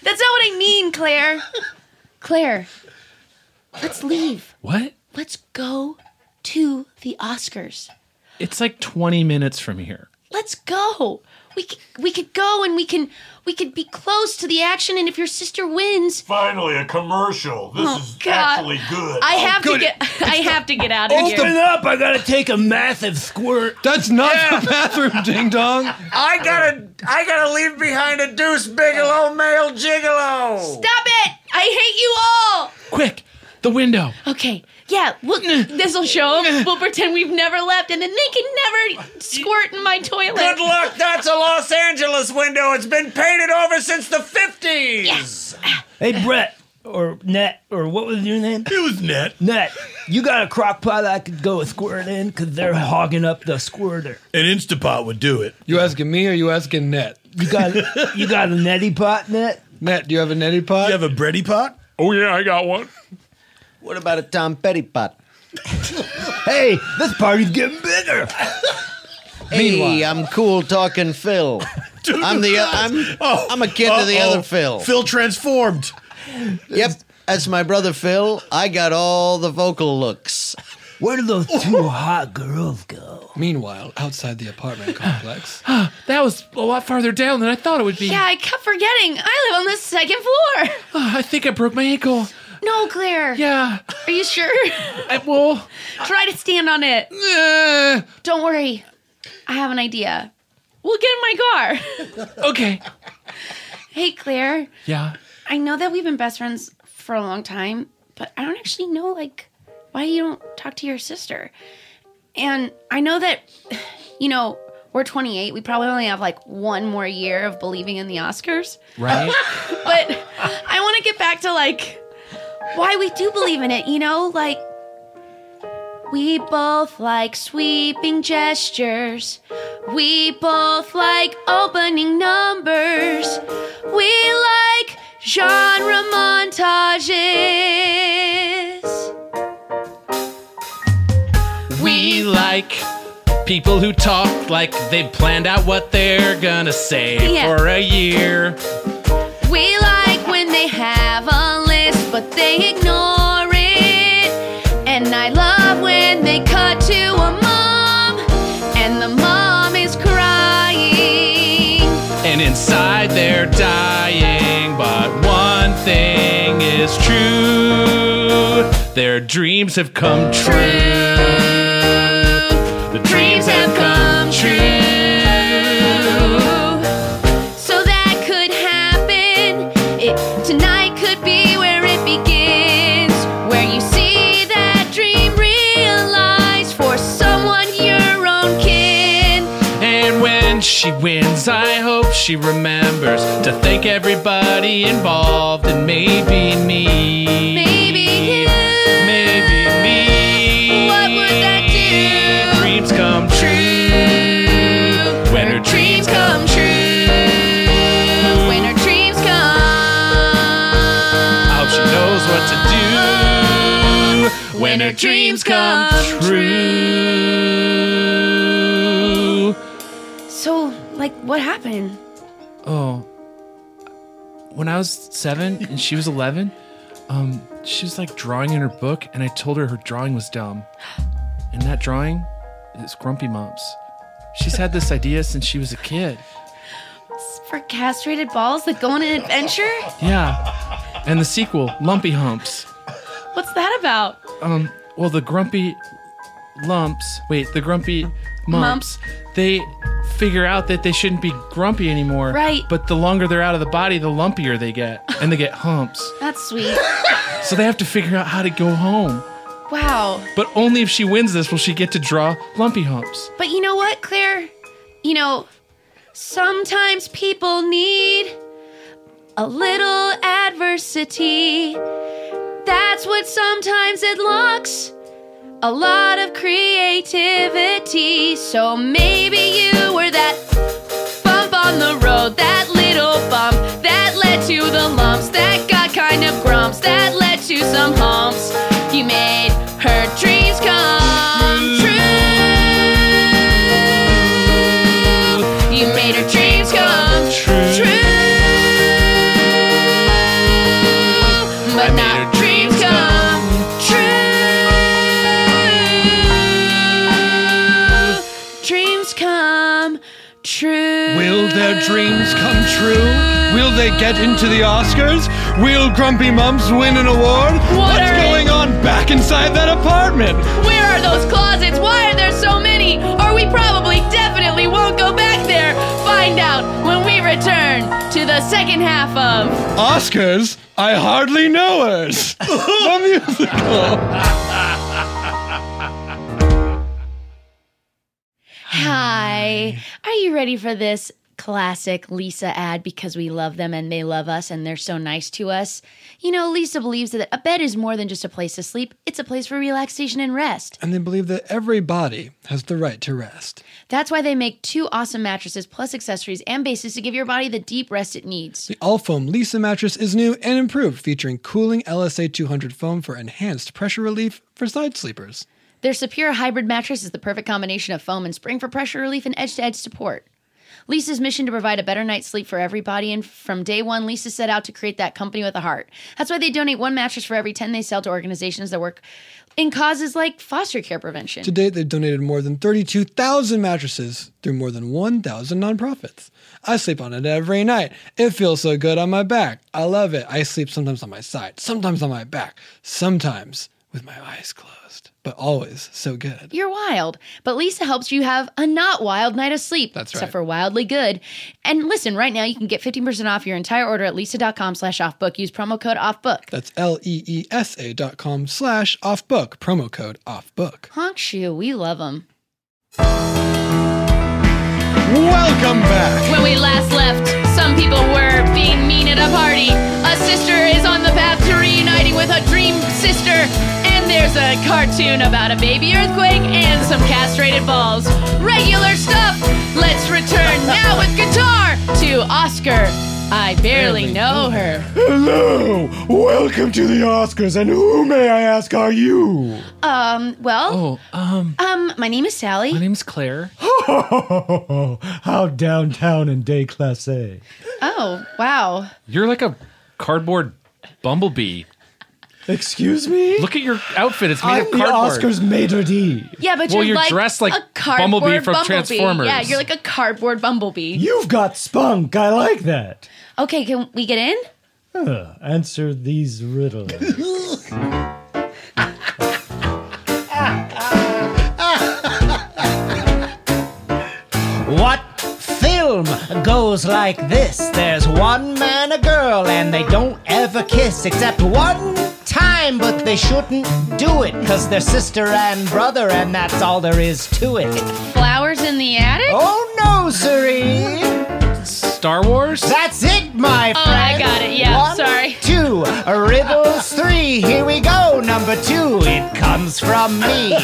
Speaker 5: That's not what I mean, Claire. Claire, let's leave.
Speaker 9: What?
Speaker 5: Let's go to the Oscars.
Speaker 9: It's like 20 minutes from here.
Speaker 5: Let's go. we c- we could go and we can we could be close to the action. And if your sister wins,
Speaker 16: Finally, a commercial. This
Speaker 5: Oh,
Speaker 16: is
Speaker 5: God.
Speaker 16: actually good.
Speaker 5: I
Speaker 16: Oh,
Speaker 5: have
Speaker 16: good.
Speaker 5: to get I have to get out of here.
Speaker 12: up! I gotta take a massive squirt. That's not the bathroom, ding dong.
Speaker 10: I gotta, I gotta leave behind a Deuce Bigelow male gigolo.
Speaker 5: Stop it! I hate you all.
Speaker 12: Quick, the window.
Speaker 5: Okay, yeah, look, this'll show 'em. We'll pretend we've never left, and then they can never squirt in my toilet.
Speaker 10: Good luck. That's a Los Angeles window. It's been painted over since the fifties.
Speaker 12: Hey, Brett, or Net, or what was your name? It was Net. Net, you got a crock pot I could go squirt in because they're hogging up the squirter.
Speaker 15: An Instapot would do it.
Speaker 6: You asking me or you asking Net?
Speaker 12: You got you got a netty pot, Net?
Speaker 6: Net, do you have a netty pot?
Speaker 15: You have a bready pot?
Speaker 13: Oh yeah, I got one. What about a Tom Petty pot?
Speaker 12: hey, this party's getting bigger.
Speaker 13: Hey, I'm cool talking Phil. I'm the uh, I'm I'm a kid to the
Speaker 15: Oh, Uh-oh.
Speaker 13: other Oh. Phil.
Speaker 15: Phil transformed.
Speaker 13: Yep, that's my brother Phil. I got all the vocal looks.
Speaker 12: Where do those two hot girls go?
Speaker 6: Meanwhile, outside the apartment complex.
Speaker 9: Ah,
Speaker 11: that was a lot farther down than I thought it would be.
Speaker 5: Yeah, I kept forgetting. I live on the second floor.
Speaker 9: ah,
Speaker 11: I think I broke my ankle.
Speaker 5: No, Claire.
Speaker 11: Yeah.
Speaker 5: Are you sure?
Speaker 11: I eh. will.
Speaker 5: Try to stand on it. Don't worry. I have an idea. We'll get in my car.
Speaker 11: okay.
Speaker 5: Hey, Claire.
Speaker 11: Yeah.
Speaker 5: I know that we've been best friends for a long time, but I don't actually know like why you don't talk to your sister. And I know that you know, we're 28. We probably only have like one more year of believing in the Oscars.
Speaker 11: Right.
Speaker 5: but I want to get back to like why we do believe in it, you know? Like we both like sweeping gestures. We both like opening numbers. We like genre montages.
Speaker 11: We like people who talk like they've planned out what they're gonna say
Speaker 5: Yeah.
Speaker 11: for a year.
Speaker 5: We like when they have a list, but they ignore it. And I love when they cut to a mom, and the mom is crying.
Speaker 11: And inside they're dying, but one thing is true their dreams have come true. The dreams have come true.
Speaker 5: So that could happen. It, tonight could be where it begins, where you see that dream realized for someone your own kin.
Speaker 11: And when she wins, I hope she remembers to thank everybody involved and maybe me. Maybe you. Maybe me. What would that do? Dreams come true. When her dreams come true.
Speaker 5: When our dreams come,
Speaker 11: How she knows what to do. When her dreams come true.
Speaker 5: So, like, what happened?
Speaker 11: Oh. When I was seven and she was 11, um, she was like drawing in her book, and I told her her drawing was dumb. And that drawing is Grumpy Mumps. She's had this idea since she was a kid.
Speaker 5: For castrated balls that go on an adventure?
Speaker 11: Yeah. And the sequel, Lumpy Humps.
Speaker 5: What's that about?
Speaker 11: Um, well, the grumpy lumps, wait, the grumpy mumps, they figure out that they shouldn't be grumpy anymore.
Speaker 5: Right.
Speaker 11: But the longer they're out of the body, the lumpier they get, and they get humps.
Speaker 5: That's sweet.
Speaker 11: So they have to figure out how to go home.
Speaker 5: Wow.
Speaker 11: But only if she wins this will she get to draw lumpy humps.
Speaker 5: But you know what, Claire? You know, sometimes people need a little adversity. That's what sometimes it locks a lot of creativity. So maybe you were that bump on the road, that little bump that led to the lumps, that got kind of grumps, that led to some humps. You made her dreams come true. You made her dreams come true. But not her dreams come true. Dreams come true.
Speaker 6: Will dreams come true? Will they get into the Oscars? Will Grumpy Mumps win an award?
Speaker 5: What
Speaker 6: What's
Speaker 5: are-
Speaker 6: going on back inside that apartment?
Speaker 5: Where are those closets? Why are there so many? Or we probably definitely won't go back there. Find out when we return to the second half of
Speaker 6: Oscars? I hardly know us. the musical.
Speaker 5: Hi. Are you ready for this classic Lisa ad because we love them and they love us and they're so nice to us? You know, Lisa believes that a bed is more than just a place to sleep, it's a place for relaxation and rest.
Speaker 6: And they believe that every body has the right to rest.
Speaker 5: That's why they make two awesome mattresses plus accessories and bases to give your body the deep rest it needs.
Speaker 6: The all foam Lisa mattress is new and improved, featuring cooling LSA 200 foam for enhanced pressure relief for side sleepers.
Speaker 5: Their Sapira hybrid mattress is the perfect combination of foam and spring for pressure relief and edge to edge support. Lisa's mission to provide a better night's sleep for everybody, and from day one, Lisa set out to create that company with a heart. That's why they donate one mattress for every 10 they sell to organizations that work in causes like foster care prevention.
Speaker 6: To date, they've donated more than 32,000 mattresses through more than 1,000 nonprofits. I sleep on it every night. It feels so good on my back. I love it. I sleep sometimes on my side, sometimes on my back, sometimes with my eyes closed, but always so good.
Speaker 5: You're wild, but Lisa helps you have a not wild night of sleep. That's
Speaker 6: right.
Speaker 5: Except for wildly good. And listen, right now you can get 15% off your entire order at lisa.com slash offbook. Use promo code offbook.
Speaker 6: That's L E E S A dot com slash off book, promo code off book.
Speaker 5: Honk shoe, we love them.
Speaker 6: Welcome back.
Speaker 5: When we last left, some people were being mean at a party. A sister is on the path to reuniting with a dream sister, and there's a cartoon about a baby earthquake and some castrated balls. Regular stuff. Let's return now with guitar to Oscar. I barely know her.
Speaker 17: Hello! Welcome to the Oscars, and who, may I ask, are you?
Speaker 5: Um, well,
Speaker 17: Oh, um.
Speaker 5: um, my name is Sally. My
Speaker 17: name's Claire.
Speaker 12: How downtown and day class eh? A.
Speaker 5: Oh, wow.
Speaker 9: You're like a cardboard bumblebee.
Speaker 12: Excuse me?
Speaker 9: Look at your outfit. It's made
Speaker 12: I'm
Speaker 9: of
Speaker 12: the
Speaker 9: cardboard.
Speaker 12: Oscars maitre d'.
Speaker 5: Yeah, but
Speaker 9: Well,
Speaker 5: you're,
Speaker 9: you're
Speaker 5: like
Speaker 9: dressed like
Speaker 5: a cardboard
Speaker 9: Bumblebee from Transformers.
Speaker 5: Yeah, you're like a cardboard bumblebee.
Speaker 12: You've got spunk. I like that.
Speaker 5: Okay, can we get in?
Speaker 12: Huh, answer these riddles.
Speaker 18: What film goes like this? There's one man, a girl, and they don't ever kiss except one time, but they shouldn't do it because they're sister and brother, and that's all there is to it.
Speaker 5: Flowers in the attic?
Speaker 18: Oh no, siree!
Speaker 9: Star Wars?
Speaker 18: That's it, my
Speaker 5: Oh, I
Speaker 18: friend.
Speaker 5: got it. Yeah,
Speaker 18: One,
Speaker 5: sorry.
Speaker 18: Two, riddles three. Here we go. Number two, it comes from me.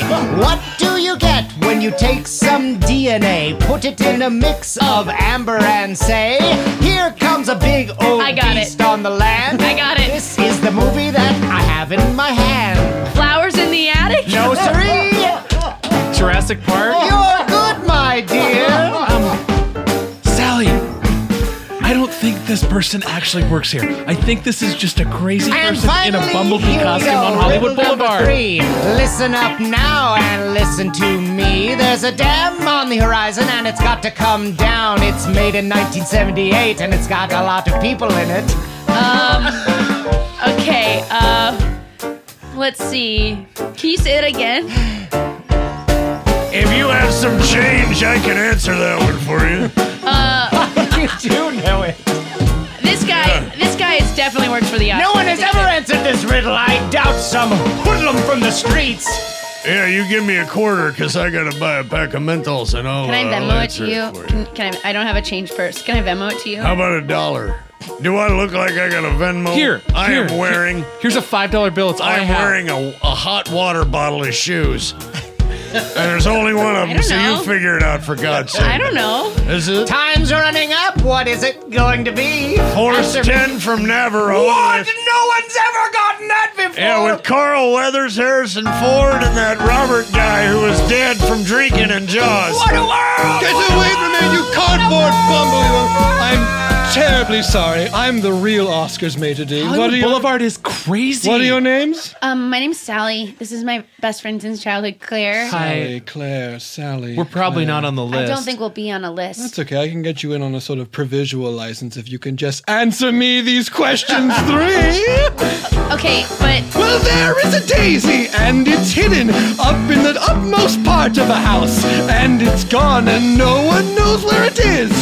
Speaker 18: What do you get when you take some DNA, put it in a mix of amber, and say, "Here comes a big old
Speaker 5: I got
Speaker 18: beast
Speaker 5: it.
Speaker 18: on the land."
Speaker 5: I got it.
Speaker 18: This is the movie that I have in my hand.
Speaker 5: Flowers in the attic?
Speaker 18: No, siree.
Speaker 9: Jurassic Park?
Speaker 18: You're good, my dear.
Speaker 11: Sally, I don't think this person actually works here. I think this is just a crazy
Speaker 18: And
Speaker 11: person in a
Speaker 18: finally,
Speaker 11: bumblebee
Speaker 18: here we
Speaker 11: costume
Speaker 18: go,
Speaker 11: on Hollywood
Speaker 18: riddle number
Speaker 11: Boulevard.
Speaker 18: Three. Listen up now and listen to me. There's a dam on the horizon and it's got to come down. It's made in 1978 and it's got a lot of people in it.
Speaker 5: Um, okay, uh, let's see. Can you say it again?
Speaker 16: If you have some change, I can answer that one for you.
Speaker 5: Uh,
Speaker 18: you do know it.
Speaker 5: this guy, this guy has definitely worked for the Oscars.
Speaker 18: No one has ever answered this riddle. I doubt some hoodlum from the streets.
Speaker 13: Yeah, you give me a quarter because I gotta buy a pack of menthols and uh, all.
Speaker 5: Can I Venmo it to you? Can, can I? I don't have a change purse. Can I Venmo it to you?
Speaker 13: How about a dollar? Do I look like I got a Venmo?
Speaker 9: Here,
Speaker 13: I
Speaker 9: here,
Speaker 13: am wearing.
Speaker 9: here's a five dollar bill. It's all I
Speaker 13: I'm
Speaker 9: have.
Speaker 13: wearing a, a hot water bottle of shoes, and there's only one of
Speaker 18: I
Speaker 13: them.
Speaker 18: don't
Speaker 13: So
Speaker 18: know.
Speaker 13: you figure it out for God's sake.
Speaker 18: I don't know.
Speaker 13: Is it
Speaker 18: Time's running up. What is it going to be?
Speaker 13: Forrest
Speaker 18: Answer me.
Speaker 13: Ten from Navarro?
Speaker 18: What?
Speaker 13: with-
Speaker 18: No one's ever gotten that before.
Speaker 13: Yeah, with Carl Weathers, Harrison Ford, and that Robert guy who was dead from drinking and Jaws.
Speaker 18: What a world!
Speaker 6: Get away from me, you cardboard bumblebee! I'm terribly sorry. I'm the real Oscars major D.
Speaker 9: Hollywood Boulevard
Speaker 6: is crazy. What are your names?
Speaker 5: Um, my name's Sally. This is my best friend since childhood, Claire.
Speaker 6: Sally, Claire, Sally.
Speaker 11: We're probably
Speaker 6: Claire.
Speaker 11: not on the
Speaker 5: I don't think we'll be on a list.
Speaker 6: That's okay. I can get you in on a sort of provisional license if you can just answer me these questions three.
Speaker 5: okay, but
Speaker 6: well, there is a daisy, and it's hidden up in the upmost part of a house, and it's gone, and no one knows where it is.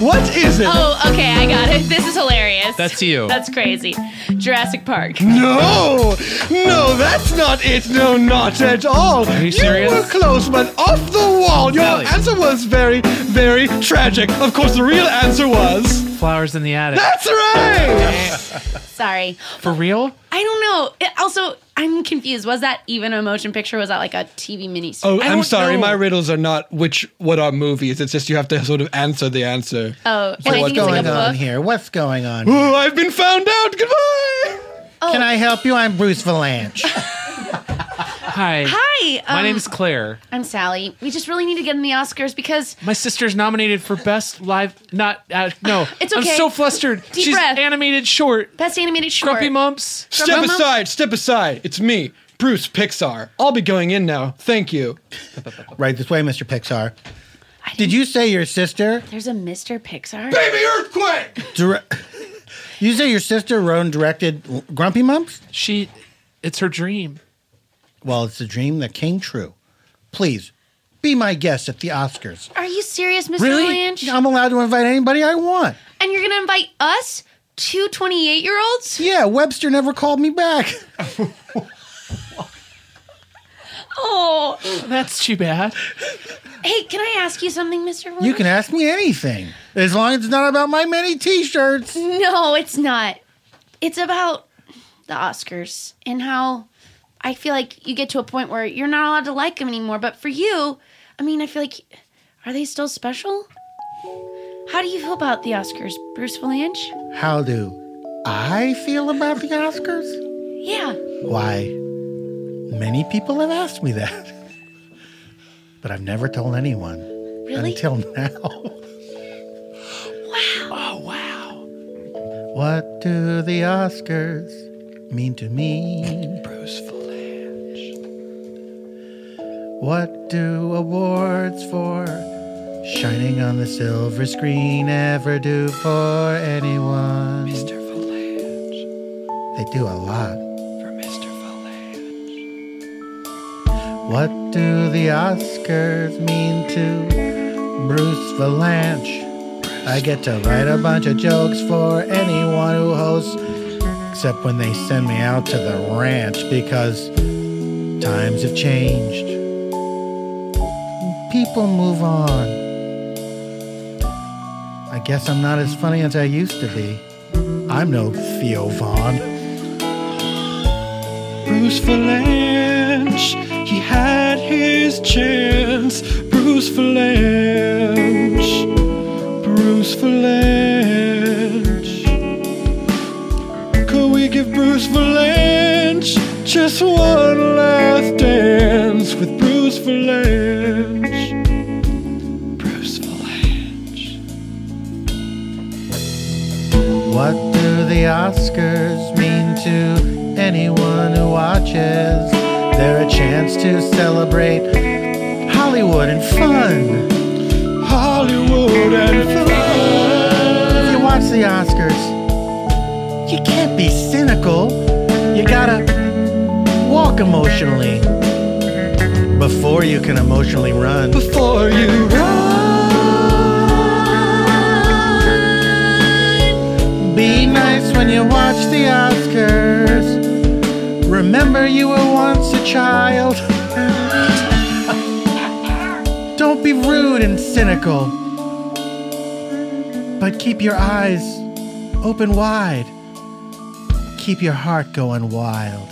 Speaker 6: What is it?
Speaker 5: Oh, okay, I got it. This is hilarious.
Speaker 6: That's you.
Speaker 5: That's crazy. Jurassic Park.
Speaker 6: No, no, that's not it. No, not at all. Are you serious? were close, but off the wall. Your answer was very, very tragic. Of course, the real answer was
Speaker 11: flowers in the attic.
Speaker 6: That's right.
Speaker 5: Sorry.
Speaker 11: For real?
Speaker 5: I don't know. It- also, I'm confused. Was that even a motion picture? Was that like a TV mini?
Speaker 6: Oh, I'm sorry. My
Speaker 5: My
Speaker 6: riddles are not which what are movies. It's just you have to sort of answer the answer.
Speaker 5: Oh,
Speaker 6: So
Speaker 5: and I
Speaker 6: what's
Speaker 5: think it's like
Speaker 6: going
Speaker 5: a
Speaker 6: on
Speaker 5: book.
Speaker 15: on here. What's going on?
Speaker 6: Ooh, I've been found out. Goodbye.
Speaker 15: Can I help you? I'm Bruce Valanche.
Speaker 11: Hi.
Speaker 5: Hi.
Speaker 11: My
Speaker 5: um,
Speaker 11: name's Claire.
Speaker 5: I'm Sally. We just really need to get in the Oscars because
Speaker 11: My sister's nominated for best live. Not uh, no.
Speaker 5: It's
Speaker 11: I'm
Speaker 5: okay.
Speaker 11: so flustered.
Speaker 5: Deep
Speaker 11: She's
Speaker 5: breath.
Speaker 11: animated short.
Speaker 5: Best animated short.
Speaker 11: Grumpy Mumps.
Speaker 6: Step aside. Step aside. It's me, Bruce Pixar. I'll be going in now. Thank you.
Speaker 15: right this way, Mr. Pixar. Did you say your sister?
Speaker 5: There's a Mr. Pixar.
Speaker 6: Baby earthquake.
Speaker 15: Dire- you say your sister Roan directed Grumpy Mumps?
Speaker 11: She, it's her dream.
Speaker 15: Well, it's a dream that came true. Please, be my guest at the Oscars.
Speaker 5: Are you serious, Mr. Lange?
Speaker 15: I'm allowed to invite anybody I want.
Speaker 5: And you're gonna invite us, two 28 year olds?
Speaker 15: Yeah, Webster never called me back.
Speaker 5: Oh,
Speaker 11: that's too bad.
Speaker 5: Hey, can I ask you something, Mr. Lange?
Speaker 15: You can ask me anything as long as it's not about my many T-shirts.
Speaker 5: No, it's not. It's about the Oscars and how I feel like you get to a point where you're not allowed to like them anymore. But for you, I mean, I feel like are they still special? How do you feel about the Oscars, Bruce Valanche?
Speaker 15: How do I feel about the Oscars?
Speaker 5: Yeah.
Speaker 15: Why, many people have asked me that, but I've never told anyone
Speaker 5: Really?
Speaker 15: until now.
Speaker 5: Oh wow.
Speaker 15: What do the Oscars mean to me? Bruce Valanche. What do awards for shining on the silver screen ever do for anyone? Mr. Valanche. They do a lot. For Mr. Valanche. What do the Oscars mean to Bruce Valanche? I get to write a bunch of jokes for anyone who hosts, except when they send me out to the ranch because times have changed. People move on. I guess I'm not as funny as I used to be. I'm no Theo Vaughn.
Speaker 6: Bruce Valanche, he had his chance. Bruce Valanche, Bruce Valanche. Could we give Bruce Valanche just one last dance with Bruce Valanche? Bruce Valanche.
Speaker 15: What do the Oscars mean to anyone who watches? They're a chance to celebrate Hollywood and fun. Hollywood and fun. If you watch the Oscars, you can't be cynical. You gotta walk emotionally before you can emotionally run. Before you Be nice when you watch the Oscars. Remember, you were once a child. Don't be rude and cynical, but keep your eyes open wide. Keep your heart going wild.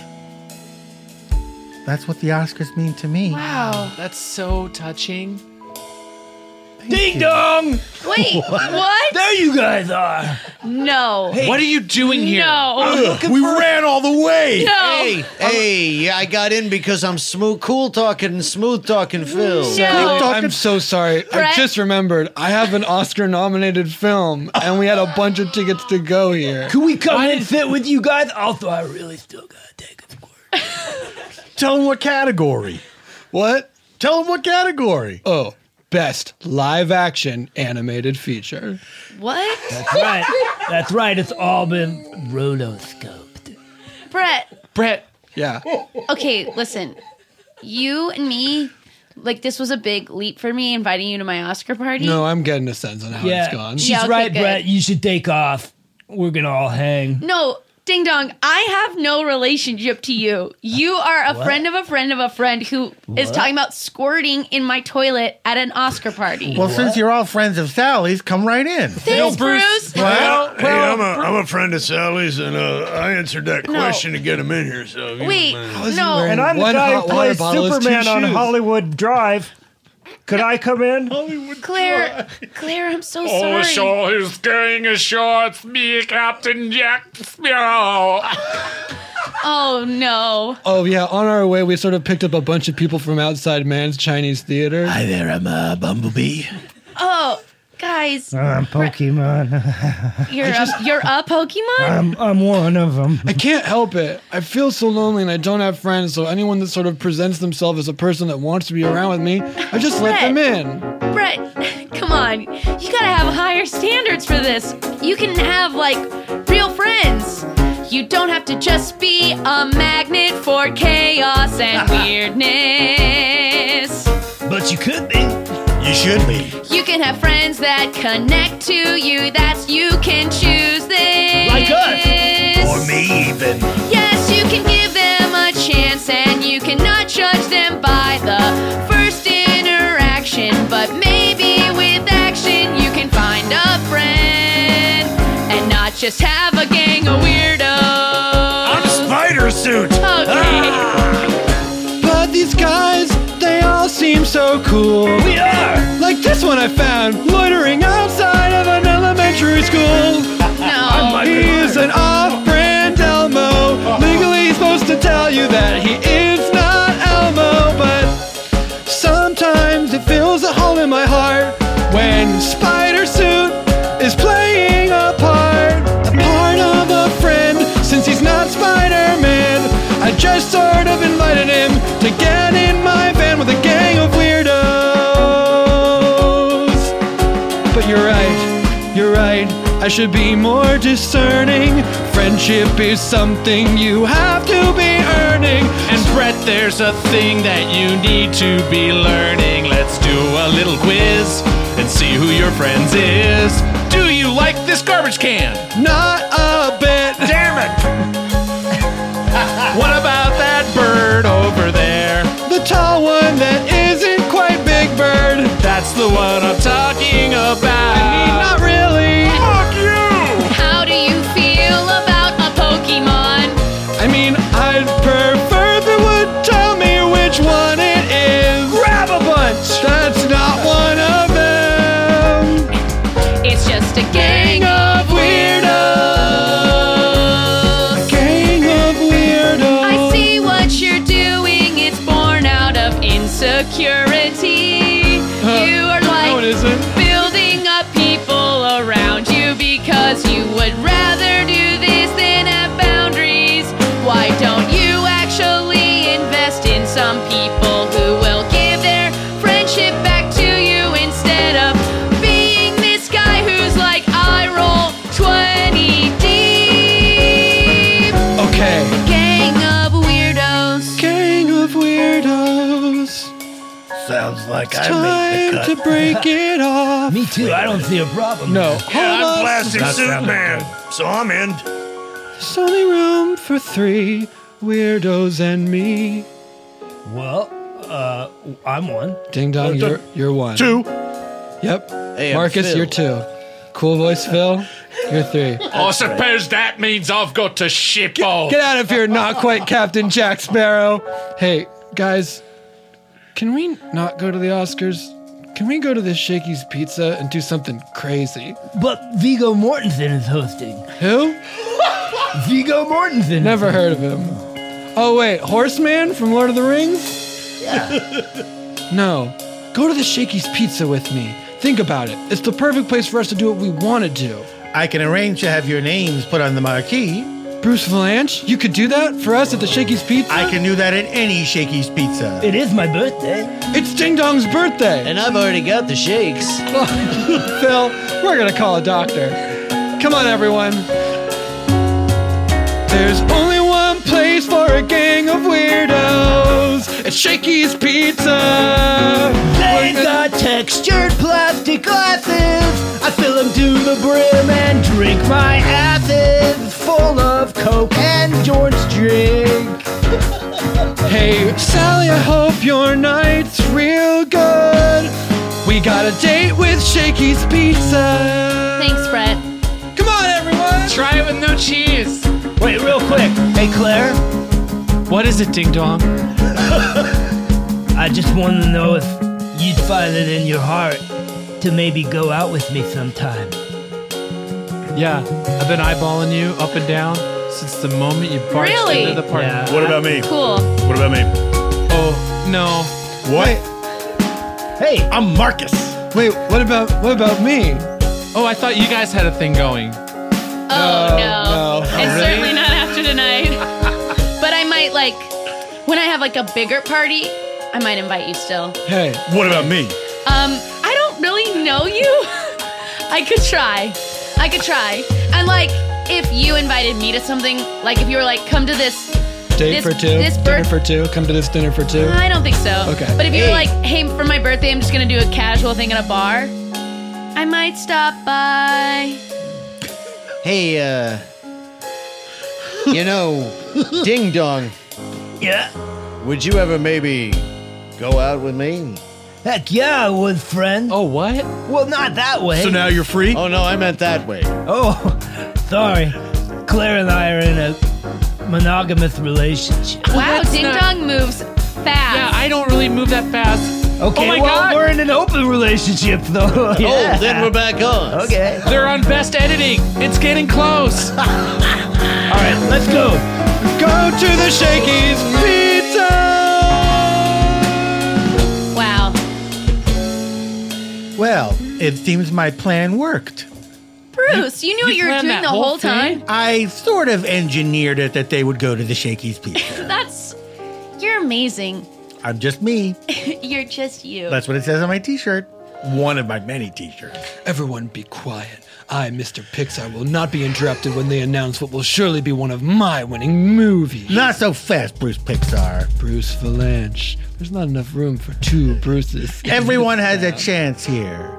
Speaker 15: That's what the Oscars mean to me.
Speaker 11: Wow, that's so touching.
Speaker 12: Ding dong!
Speaker 5: Wait, what?
Speaker 12: There you guys are.
Speaker 5: No.
Speaker 11: what are you doing here?
Speaker 5: No.
Speaker 13: we ran all the way.
Speaker 5: No.
Speaker 13: Hey, hey, I got in because I'm smooth, cool talking, and smooth talking Phil.
Speaker 6: I'm so Oh, sorry. I
Speaker 13: Brett?
Speaker 6: just remembered I have an Oscar nominated film and we had a bunch of tickets to go here.
Speaker 12: Could we come and fit with you guys? Although I really still gotta take a squirt. Tell them what category.
Speaker 6: What?
Speaker 12: Tell them what category.
Speaker 6: Oh, best live action animated feature.
Speaker 5: What?
Speaker 12: That's right. That's right. It's all been rotoscope.
Speaker 5: Brett,
Speaker 11: Brett.
Speaker 6: Yeah.
Speaker 5: okay, listen. You and me, like, this was a big leap for me inviting you to my Oscar party.
Speaker 6: No, I'm getting a sense on how it's
Speaker 5: Yeah.
Speaker 6: gone.
Speaker 5: She's Yeah, okay, right, good. Brett.
Speaker 12: You should take off. We're gonna all hang.
Speaker 5: No, ding dong, I have no relationship to you. You are a
Speaker 12: What?
Speaker 5: friend of a friend of a friend who is
Speaker 15: What?
Speaker 5: talking about squirting in my toilet at an Oscar party.
Speaker 15: Well, since you're all friends of Sally's, come right in.
Speaker 5: Thanks, Bruce.
Speaker 16: Well, hey, I'm a I'm a friend of Sally's, and uh, I answered that question to get him in here. So if you
Speaker 5: Wait,
Speaker 16: don't mind.
Speaker 5: no.
Speaker 12: Oh, And I'm the
Speaker 16: One hot
Speaker 12: guy
Speaker 16: water
Speaker 12: who plays
Speaker 16: bottle is two
Speaker 12: Superman on
Speaker 16: shoes.
Speaker 12: Hollywood Drive. Could I come in? Hollywood
Speaker 5: Claire, Claire, I'm so
Speaker 11: Oh,
Speaker 5: sorry.
Speaker 11: so he's going ashore. It's me, Captain Jack Sparrow.
Speaker 5: Oh no.
Speaker 6: Oh yeah, on our way we sort of picked up a bunch of people from outside Man's Chinese Theater. Hi there, I'm a bumblebee.
Speaker 5: Oh, guys,
Speaker 6: Um,
Speaker 12: Um, Pokemon.
Speaker 5: you're a, you're a Pokemon.
Speaker 12: I'm one of them.
Speaker 6: I can't help it. I feel so lonely and I don't have friends, so anyone that sort of presents themselves as a person that wants to be around with me, I just let them in.
Speaker 5: Brett, come on. You gotta have higher standards for this. You can have, like, real friends. You don't have to just be a magnet for chaos and weirdness.
Speaker 12: But you could be. You should be.
Speaker 5: You can have friends that connect to you. That's you can choose this.
Speaker 12: Like us. Or me, even.
Speaker 5: Yes, you can give them a chance and you cannot judge them by the first interaction. But maybe with action, you can find a friend and not just have a gang of weirdos.
Speaker 16: I'm spider suit. Ah.
Speaker 5: Okay.
Speaker 6: But these guys, they all seem so cool. We are! Like this one I found loitering outside of an elementary school.
Speaker 5: No.
Speaker 6: He is an off brand Elmo. Legally he's supposed to tell you that he is not Elmo, but sometimes it fills a hole in my heart when Spider Suit is playing a part, a part of a friend. Since he's not Spider Man, I just sort of invited him to get in my van with a gang of weirdos. But you're right, you're right. I should be more discerning. Friendship is something you have to be earning.
Speaker 11: And Brett, there's a thing that you need to be learning. Let's do a little quiz and see who your friends is. Do you like this garbage can?
Speaker 6: Not a bit.
Speaker 11: Damn it! what about that bird over there?
Speaker 6: The tall one that isn't quite Big Bird.
Speaker 11: That's the one I'm talking about. I mean,
Speaker 6: not really.
Speaker 11: Fuck you!
Speaker 5: How do you feel about a Pokemon?
Speaker 6: I mean, I'd prefer if it would tell me which one it is. Grab a bunch. That's not one of them.
Speaker 5: It's just a gang of weirdos.
Speaker 6: gang of weirdos.
Speaker 5: I see what you're doing. It's born out of insecurity.
Speaker 6: Uh,
Speaker 5: you are like
Speaker 6: no, it isn't.
Speaker 5: building up people around you because you would rather do this than have boundaries. Why don't you actually invest in some people who will give their friendship back to you instead of being this guy who's like, I roll 20 deep?
Speaker 6: Okay.
Speaker 5: Gang of weirdos.
Speaker 6: Gang of weirdos.
Speaker 7: Sounds like
Speaker 6: It's
Speaker 7: I made the
Speaker 6: time
Speaker 7: cut.
Speaker 6: to break it off.
Speaker 7: Me too. I don't see a problem.
Speaker 6: No.
Speaker 16: Yeah,
Speaker 6: Hold on.
Speaker 16: I'm Plastic
Speaker 6: That's
Speaker 16: Suit
Speaker 6: not
Speaker 16: Man, so I'm in.
Speaker 6: There's only room for three weirdos and me.
Speaker 12: Well, uh, I'm one.
Speaker 6: Ding dong,
Speaker 12: Well,
Speaker 6: you're,
Speaker 12: th-
Speaker 6: you're one.
Speaker 12: two.
Speaker 6: Yep.
Speaker 12: Hey, I'm
Speaker 6: Marcus,
Speaker 12: Phil.
Speaker 6: you're two. Cool voice, Phil. You're three.
Speaker 11: Oh, I suppose that means I've got to ship off.
Speaker 6: Get out of here, not quite Captain Jack Sparrow. Hey, guys, can we not go to the Oscars? Can we go to this Shakey's Pizza and do something crazy?
Speaker 12: But Vigo Mortensen is hosting.
Speaker 6: Who?
Speaker 12: Vigo Mortensen.
Speaker 6: Never heard of him. Oh wait, Horseman from Lord of the Rings? No. Go to the Shakey's Pizza with me. Think about it. It's the perfect place for us to do what we want to do.
Speaker 15: I can arrange to have your names put on the marquee.
Speaker 6: Bruce Valanche, you could do that for us at the Shakey's Pizza?
Speaker 15: I can do that at any Shakey's Pizza.
Speaker 12: It is my birthday.
Speaker 6: It's Ding Dong's birthday. Oh,
Speaker 13: And I've already got the shakes.
Speaker 6: Phil, we're gonna call a doctor. Come on, everyone. There's only one place for a gang of weirdos. It's Shakey's Pizza.
Speaker 12: They got textured plastic glasses. I fill them to the brim and drink my acid full of coke and George drink.
Speaker 6: Hey, Sally, I hope your night's real good. We got a date with Shakey's Pizza.
Speaker 5: Thanks, Brett.
Speaker 6: Come on, everyone.
Speaker 11: Try it with no cheese.
Speaker 12: Wait, real quick. Hey, Claire.
Speaker 11: What is it, Ding Dong?
Speaker 12: I just wanted to know if you'd find it in your heart to maybe go out with me sometime.
Speaker 11: Yeah, I've been eyeballing you up and down since the moment you barged
Speaker 5: Really?
Speaker 11: into the party.
Speaker 5: Yeah.
Speaker 19: What about me?
Speaker 5: Cool.
Speaker 19: What about me?
Speaker 11: Oh no!
Speaker 19: What?
Speaker 12: Hey,
Speaker 15: I'm Marcus.
Speaker 6: Wait, what about what about me?
Speaker 11: Oh, I thought you guys had a thing going.
Speaker 5: Oh, no. It's certainly not after tonight. but I might, like, when I have, like, a bigger party, I might invite you still.
Speaker 6: Hey,
Speaker 19: what about me?
Speaker 5: Um, I don't really know you. I could try. I could try. And like, if you invited me to something, like if you were like, come to this
Speaker 6: Date
Speaker 5: this,
Speaker 6: for two.
Speaker 5: This
Speaker 6: dinner
Speaker 5: birth-
Speaker 6: for two. Come to this dinner for two.
Speaker 5: I don't think so.
Speaker 6: Okay.
Speaker 5: But if you
Speaker 6: Hey.
Speaker 5: were like, hey, for my birthday, I'm just gonna do a casual thing in a bar. I might stop by.
Speaker 13: Hey, uh, you know, Ding Dong,
Speaker 12: Yeah?
Speaker 13: would you ever maybe go out with me?
Speaker 12: Heck yeah, I would, friend.
Speaker 11: Oh, what?
Speaker 12: Well, not that way.
Speaker 13: you're free? Oh no, I meant that way.
Speaker 12: Oh, sorry. Claire and I are in a monogamous relationship.
Speaker 5: Wow, Ding Dong moves fast. Yeah,
Speaker 11: I don't really move that fast.
Speaker 12: Okay,
Speaker 11: Oh my
Speaker 12: well,
Speaker 11: God.
Speaker 12: we're in an open relationship,
Speaker 13: Oh,
Speaker 12: though. Yeah. Okay.
Speaker 11: They're on best editing. It's getting close. All right,
Speaker 12: let's go.
Speaker 6: Go to the Shakey's Pizza.
Speaker 5: Wow.
Speaker 15: Well, it seems my plan worked.
Speaker 5: Bruce, you, knew what you were
Speaker 11: planned
Speaker 5: doing
Speaker 11: that
Speaker 5: the
Speaker 11: whole
Speaker 5: whole, time.
Speaker 15: I sort of engineered it that they would go to the Shakey's Pizza.
Speaker 5: That's you're amazing.
Speaker 15: I'm just me.
Speaker 5: you're just you.
Speaker 15: That's what it says on my T-shirt. One of my many T-shirts.
Speaker 6: Everyone be quiet. I, Mr. Pixar, will not be interrupted when they announce what will surely be one of my winning movies.
Speaker 15: Not so fast, Bruce Pixar.
Speaker 6: Bruce Valanche. There's not enough room for two Bruces.
Speaker 15: Everyone has a chance here.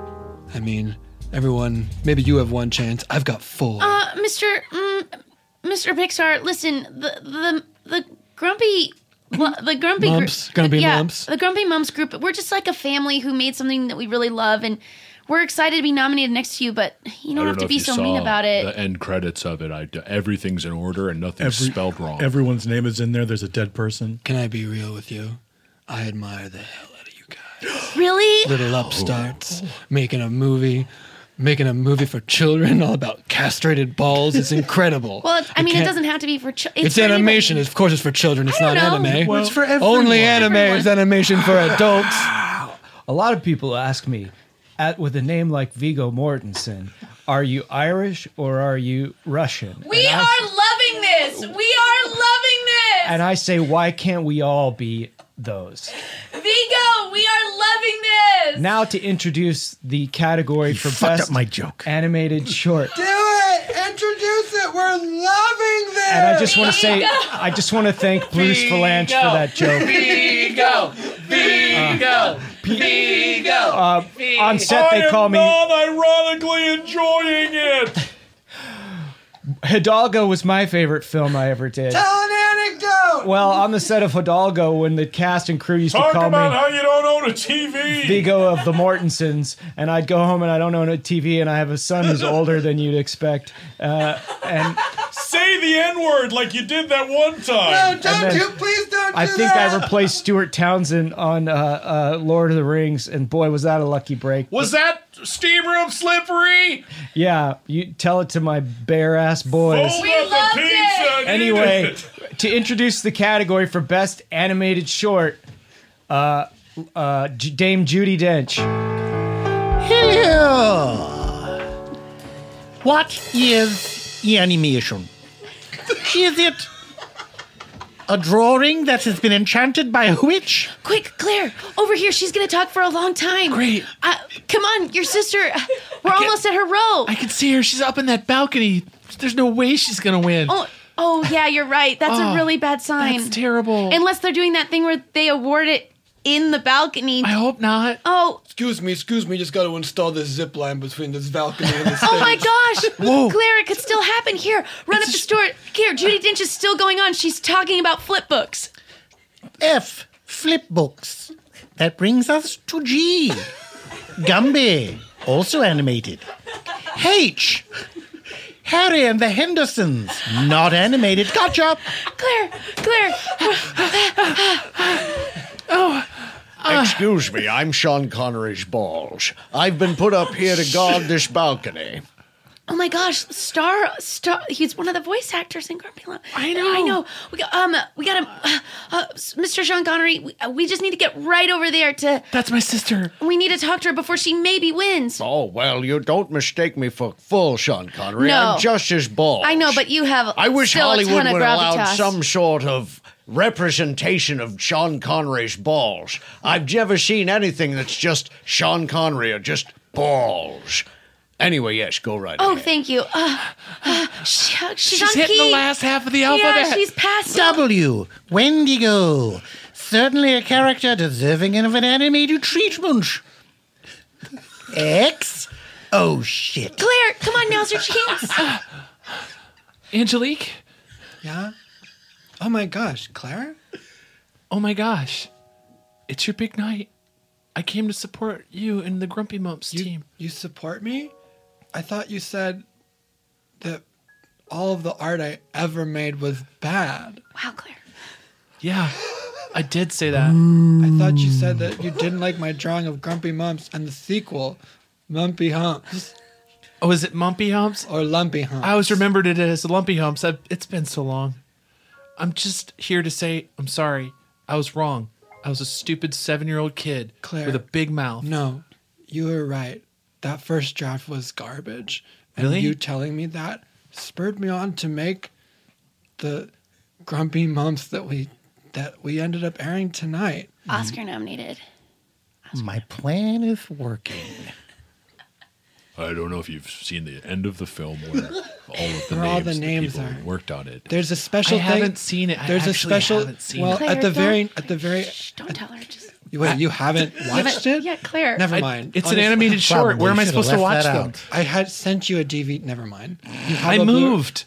Speaker 6: I mean, everyone, maybe you have one chance. I've got four.
Speaker 5: Uh, Mr. Mm, Mr. Pixar, listen, the the the grumpy the grumpy group-
Speaker 6: Mumps? Grumpy
Speaker 5: yeah,
Speaker 6: mumps?
Speaker 5: the grumpy mums group. We're just like a family who made something that we really love, and we're excited to be nominated next to you. But you don't,
Speaker 9: I
Speaker 5: have
Speaker 9: know
Speaker 5: to
Speaker 9: if
Speaker 5: be
Speaker 9: you
Speaker 5: so
Speaker 9: saw
Speaker 5: mean about it.
Speaker 9: The end credits of it, I, everything's in order and nothing's
Speaker 7: Every-
Speaker 9: spelled wrong.
Speaker 7: Everyone's name is in there. There's a dead person.
Speaker 6: Can I be real with you? I admire the hell out of you guys.
Speaker 5: Really?
Speaker 6: Little upstarts making a movie, making a movie for children all about castrated balls. It's incredible.
Speaker 5: well, it's, I mean, it
Speaker 6: can't-
Speaker 5: doesn't have to be for. Ch-
Speaker 6: It's,
Speaker 5: for anybody.
Speaker 6: animation. Of course, it's for children. It's
Speaker 5: I
Speaker 6: not
Speaker 5: don't know.
Speaker 6: anime.
Speaker 5: Well, it's for
Speaker 6: Only
Speaker 5: everyone.
Speaker 6: anime is animation for adults.
Speaker 8: A lot of people ask me, at, with a name like Vigo Mortensen, are you Irish or are you Russian?
Speaker 10: We are loving this. We are loving this.
Speaker 8: And I say, why can't we all be those?
Speaker 10: Vigo, we are loving this.
Speaker 8: Now to introduce the category for best my
Speaker 15: joke.
Speaker 8: animated short.
Speaker 10: Do it. Introduce it. We're loving this.
Speaker 8: And I just want to say, I just want to thank Bruce Valanche for that joke.
Speaker 11: Vigo, Vigo, Vigo.
Speaker 8: Uh, on set,
Speaker 11: I
Speaker 8: they
Speaker 11: am
Speaker 8: call me.
Speaker 11: not
Speaker 8: ironically enjoying it. Hidalgo was my favorite film I ever did.
Speaker 10: Tell an anecdote.
Speaker 8: Well, on the set of Hidalgo, when the cast and crew used to
Speaker 7: Talk
Speaker 8: call
Speaker 7: about
Speaker 8: me
Speaker 7: how you don't own a TV.
Speaker 8: Vigo of the Mortensons, and I'd go home and I don't own a TV, and I have a son who's older than you'd expect, uh, and
Speaker 7: Say
Speaker 9: say the N word like you did that one time.
Speaker 8: No, don't And then- you-
Speaker 9: Please don't.
Speaker 8: I think I replaced Stuart Townsend on uh, uh, Lord of the Rings, and boy, was that a lucky break.
Speaker 4: Was that steam room slippery?
Speaker 8: Yeah, you tell it to my bare ass boys.
Speaker 4: Fold up a pizza and eat
Speaker 8: Anyway,
Speaker 4: it.
Speaker 8: to introduce the category for best animated short, uh, uh, J- Dame Judy Dench.
Speaker 15: Hello. What is animation? is it a drawing that has been enchanted by a witch?
Speaker 5: Quick, Claire, over here. She's gonna talk for a long time. Great. Uh, come on, your sister. We're almost at her row.
Speaker 11: I can see her. She's up in that balcony. There's no way she's gonna win.
Speaker 5: Oh, oh yeah, you're right. That's
Speaker 11: Oh,
Speaker 5: a really bad sign.
Speaker 11: that's terrible.
Speaker 5: Unless they're doing that thing where they award it in the balcony. I
Speaker 11: hope not.
Speaker 5: Oh,
Speaker 6: Excuse me, excuse me. Just got to install this zip line between this balcony and this.
Speaker 5: oh my gosh, Claire, it could still happen. Here, run up the store. Here, Judy Dench is still going on. She's talking about flip books.
Speaker 15: F. Flip books. That brings us to G. Gumby, also animated. H. Harry and the Hendersons, not animated. Gotcha.
Speaker 5: Claire, Claire.
Speaker 15: oh,
Speaker 13: Excuse me, I'm Sean Connery's balls. I've been put up here to guard this balcony.
Speaker 5: Oh my gosh, Star Star he's one of the voice actors in Grumpy Love. I know. I know. We got um we got him uh, uh, Mr. Sean Connery. We, uh, we just need to get right over there to
Speaker 11: That's my sister.
Speaker 5: We need to talk to her before she maybe wins.
Speaker 13: Oh, well, you don't mistake me for full Sean Connery.
Speaker 5: No.
Speaker 13: I'm just his balls.
Speaker 5: I know, but you have
Speaker 13: I wish
Speaker 5: still a
Speaker 13: Hollywood
Speaker 5: ton of
Speaker 13: would allow
Speaker 5: gravitas.
Speaker 13: some sort of representation of Sean Connery's balls. I've never seen anything that's just Sean Connery or just balls. Anyway, yes, go right
Speaker 5: Oh,
Speaker 13: ahead.
Speaker 5: thank you. Uh, uh, she- she's
Speaker 11: She's
Speaker 5: on
Speaker 11: hitting the
Speaker 5: key.
Speaker 11: last half of the
Speaker 5: Yeah,
Speaker 15: alphabet.
Speaker 5: she's passed.
Speaker 15: W. Wendigo. Certainly a character deserving of an animated treatment. X. Oh shit.
Speaker 5: Claire, come on, now's your chance.
Speaker 11: Angelique.
Speaker 6: Yeah. Oh my gosh, Claire.
Speaker 11: Oh my gosh. It's your big night. I came to support you and the Grumpy Mumps team.
Speaker 6: You support me? I thought you said that all of the art I ever made was bad.
Speaker 5: Wow, Claire.
Speaker 11: Yeah. I did say that.
Speaker 6: I thought you said that you didn't like my drawing of Grumpy Mumps and the sequel, Mumpy Humps.
Speaker 11: Oh, is it Mumpy Humps?
Speaker 6: Or Lumpy Humps?
Speaker 11: I always remembered it as Lumpy Humps. I've, it's been so long. I'm just here to say I'm sorry. I was wrong. I was a stupid seven year old kid
Speaker 6: Claire.
Speaker 11: with a big mouth.
Speaker 6: No, you were right. That first draft was garbage.
Speaker 11: Really?
Speaker 6: And you telling me that spurred me on to make the grumpy mumps that we that we ended up airing tonight.
Speaker 5: Oscar nominated.
Speaker 15: My plan is working.
Speaker 9: I don't know if you've seen the end of the film where all of the
Speaker 6: Where
Speaker 9: names,
Speaker 6: all the
Speaker 9: the
Speaker 6: names
Speaker 9: people who
Speaker 6: are.
Speaker 9: worked on it.
Speaker 6: There's a special
Speaker 11: I
Speaker 6: thing.
Speaker 11: haven't seen it. I
Speaker 6: There's a
Speaker 11: actually
Speaker 6: special.
Speaker 11: haven't seen
Speaker 6: well,
Speaker 11: it.
Speaker 6: at the
Speaker 5: Claire,
Speaker 6: very
Speaker 5: don't-
Speaker 6: at the very.
Speaker 5: Don't tell her. Just
Speaker 6: Wait, you haven't watched it?
Speaker 5: Yeah, Claire.
Speaker 6: Never mind.
Speaker 11: it's an animated short. Probably Where am I should've supposed to left that watch them? out.
Speaker 6: I had sent you a DVD. Never mind. You have
Speaker 11: I
Speaker 6: a Blu-
Speaker 11: moved.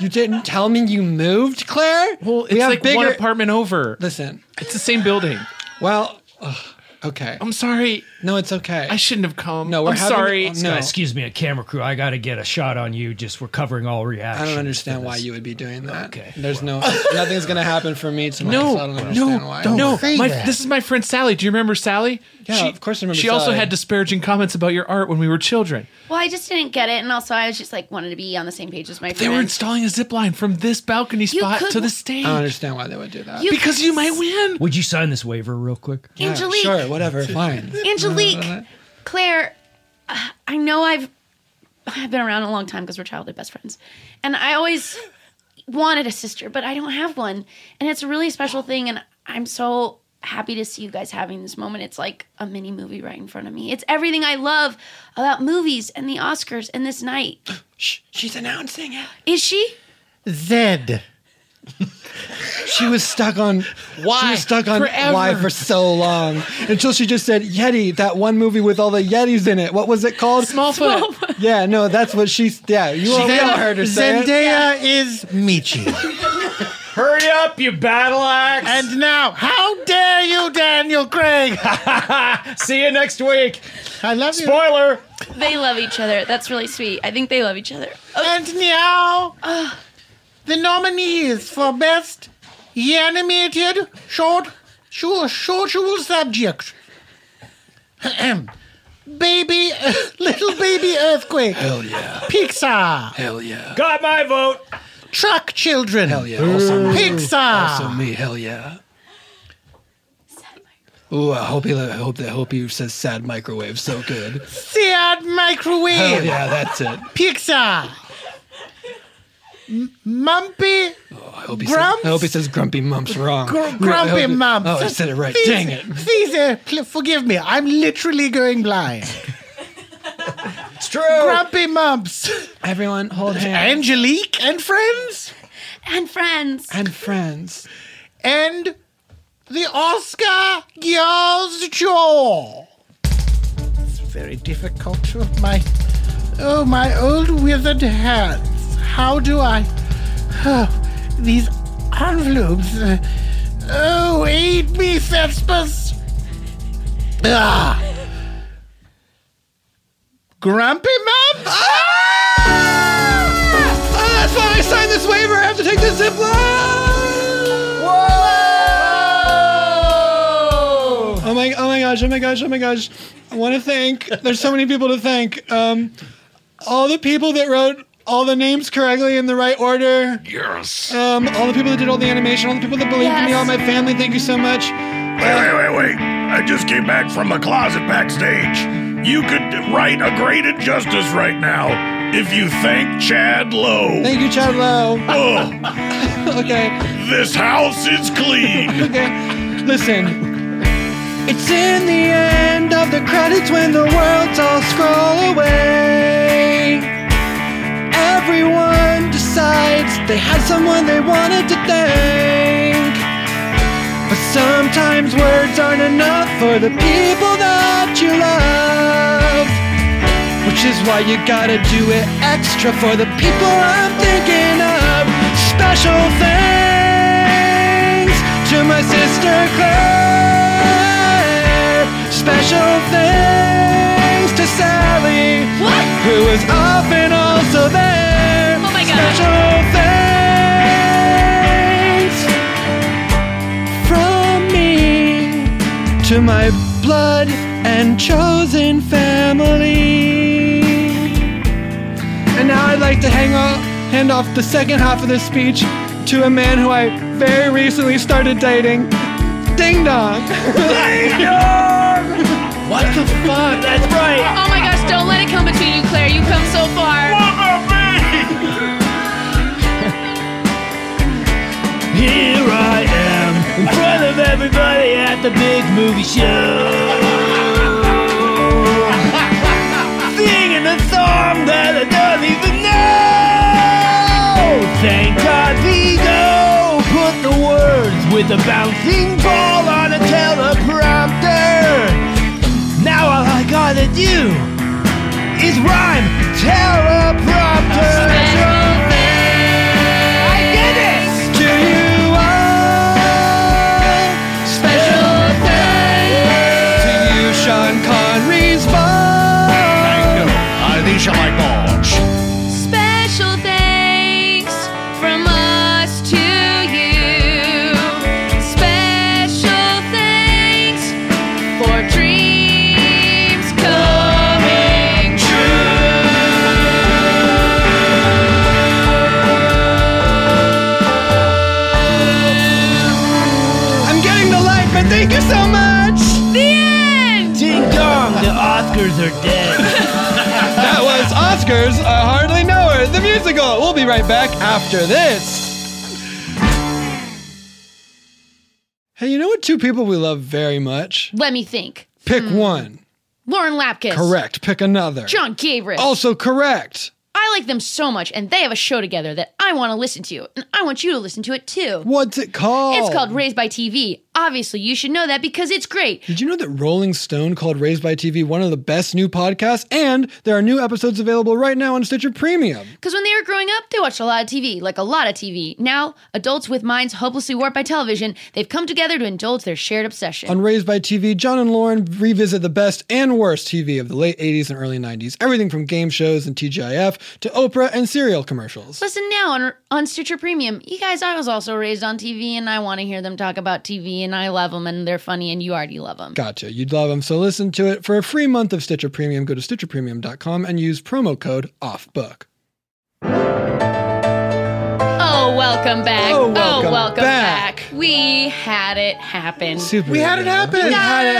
Speaker 6: You didn't tell me you moved, Claire. Well,
Speaker 11: It's like one apartment over.
Speaker 6: Listen,
Speaker 11: it's the same building.
Speaker 6: Well, ugh, okay.
Speaker 11: I'm sorry.
Speaker 6: No, it's okay.
Speaker 11: I shouldn't have come.
Speaker 8: No,
Speaker 6: we're having-
Speaker 8: sorry.
Speaker 6: oh, no.
Speaker 8: Excuse me, a camera crew. I got to get a shot on you. Just we're covering all
Speaker 6: I
Speaker 8: reactions.
Speaker 6: don't understand why you would be doing that. Okay. There's no nothing's gonna happen for me tonight.
Speaker 11: No,
Speaker 6: so I don't
Speaker 11: no,
Speaker 6: understand why.
Speaker 11: no. My, this is my friend Sally. Do you remember Sally?
Speaker 6: Yeah, of course I remember
Speaker 11: She also
Speaker 6: Sally.
Speaker 11: had disparaging comments about your art when we were children.
Speaker 5: Well, I just didn't get it, and also I was just like wanted to be on the same page as my
Speaker 11: They were
Speaker 5: friends.
Speaker 11: installing a zip line from this balcony spot
Speaker 5: could-
Speaker 11: to the
Speaker 6: I
Speaker 11: stage.
Speaker 6: don't understand why they would do that.
Speaker 5: You- Because you might
Speaker 11: win.
Speaker 8: Would you sign this waiver real quick?
Speaker 6: Yeah,
Speaker 5: Angelique.
Speaker 6: sure, whatever, fine.
Speaker 5: Angelique, Claire, uh, I know I've I've been around a long time because we're childhood best friends, and I always wanted a sister, but I don't have one, and it's a really special thing, and I'm so happy to see you guys having this moment. It's like a mini movie right in front of me. It's everything I love about movies and the Oscars and this night.
Speaker 6: Shh, she's announcing it.
Speaker 5: Is she?
Speaker 15: Zed.
Speaker 6: She was stuck on why she was stuck on
Speaker 5: Forever.
Speaker 6: why for so long until she just said Yeti, that one movie with all the Yetis in it. What was it called?
Speaker 11: Smallfoot.
Speaker 6: Yeah, no, that's what she's. Yeah, you all, we all heard her say it.
Speaker 15: Zendaya is Michi. Hurry up, you battle axe! And now, how dare you, Daniel Craig? See you next week. I love you. Spoiler.
Speaker 10: Uh,
Speaker 5: They love each other. That's really sweet. I think they love each other.
Speaker 15: And now, The nominees for Best Animated Short short, Social Subject. Ahem. baby, Little Baby Earthquake. Hell yeah. Pixar.
Speaker 10: Hell yeah.
Speaker 15: Got my vote. Truck Children. Hell
Speaker 10: yeah. Also me.
Speaker 15: Pixar.
Speaker 10: Also me. Hell yeah. Ooh, I hope he. I hope that. Hope he says sad microwave. So good.
Speaker 15: Seat Microwave.
Speaker 10: Hell yeah, that's it.
Speaker 15: Pixar. M- Mumpy.
Speaker 10: Oh, I hope he. Says, I hope he says grumpy mumps wrong.
Speaker 15: Gr-
Speaker 10: Really, I hope
Speaker 15: grumpy
Speaker 10: he-
Speaker 15: Mumps.
Speaker 10: Oh, I said it right.
Speaker 15: These-
Speaker 10: Dang it.
Speaker 15: These, uh, pl- forgive me. I'm literally going blind. it's true. Grumpy Mumps.
Speaker 6: Everyone, hold hands.
Speaker 15: Angelique and friends.
Speaker 4: And friends.
Speaker 15: And friends. And the Oscar Girls Jaw. It's very difficult to my. Oh, my old withered hands. How do I. Oh, these envelopes. uh, Oh, aid me, Thespis. Ah. Grumpy Mumps?
Speaker 10: Ah, that's why I signed this waiver. I have to take the zip line.
Speaker 6: Oh my! Oh my gosh! Oh my gosh! Oh my gosh! I want to thank. There's so many people to thank. Um, all the people that wrote all the names correctly in the right order.
Speaker 16: Yes.
Speaker 6: Um, all the people that did all the animation. All the people that believed in me.
Speaker 16: Yes.
Speaker 6: All my family. Thank you so much.
Speaker 16: Wait, wait, wait, wait. I just came back from the closet backstage. You could write a great injustice right now if you thank Chad Lowe.
Speaker 6: Thank you, Chad Lowe. okay.
Speaker 16: This house is clean.
Speaker 6: okay. Listen.
Speaker 10: It's in the end of the credits when the worlds all scroll away. Everyone decides they had someone they wanted to thank. But sometimes words aren't enough for the people that you love. Which is why you gotta do it extra for the people I'm thinking of. Special thanks to my sister Claire. Special thanks to Sally. Who is often also there. Oh my god. Special thanks from me to my blood and chosen family.
Speaker 6: And now I'd like to hang off, hand off the second half of this speech to a man who I very recently started dating. Ding dong. Ding dong.
Speaker 10: What the fuck? That's right.
Speaker 4: Oh my gosh, don't let it come between you, Claire. You've come so far.
Speaker 12: Here I am in front of everybody at the big movie show. Singing a song that I don't even know. Thank God Vigo put the words with a bouncing ball on a teleprompter. Now all I gotta do is rhyme teleprompter. Special I did it.
Speaker 10: To you
Speaker 6: Ah.
Speaker 10: all, special thanks to you, Sean Connery's ball.
Speaker 20: Alicia my balls.
Speaker 4: Special thanks from us to you. Special thanks for dreams coming
Speaker 10: I'm getting the light, but thank you so much. The end.
Speaker 12: Ding dong, the Oscars are dead.
Speaker 6: That was Oscars I Hardly Know Her, the musical. We'll be right back after this. Hey, you know what two people we love very much?
Speaker 4: Let me think.
Speaker 6: Pick one.
Speaker 4: Lauren Lapkus.
Speaker 6: Correct. Pick another.
Speaker 4: John Gabriel.
Speaker 6: Also correct.
Speaker 4: I like them so much, and they have a show together that I want to listen to, and I want you to listen to it too.
Speaker 6: What's it called?
Speaker 4: It's called Raised by TV.
Speaker 5: Obviously, you should know that because it's great.
Speaker 6: Did you know that Rolling Stone called Raised by TV one of the best new podcasts? And there are new episodes available right now on Stitcher Premium.
Speaker 5: Because when they were growing up, they watched a lot of TV, like a lot of TV. Now, adults with minds hopelessly warped by television, they've come together to indulge their shared obsession.
Speaker 6: On Raised by TV, John and Lauren revisit the best and worst TV of the late 80s and early 90s, everything from game shows and TGIF to Oprah and cereal commercials.
Speaker 5: Listen now on on Stitcher Premium. You guys, I was also raised on TV, and I want to hear them talk about TV, and I love them, and they're funny, and you already love them.
Speaker 6: Gotcha. You'd love them. So listen to it. For a free month of Stitcher Premium, go to stitcherpremium.com and use promo code OFFBOOK.
Speaker 5: Oh, welcome back!
Speaker 6: Oh, welcome back.
Speaker 5: We had it happen.
Speaker 6: Super We had it yeah. happen.
Speaker 5: Guys,
Speaker 6: We had it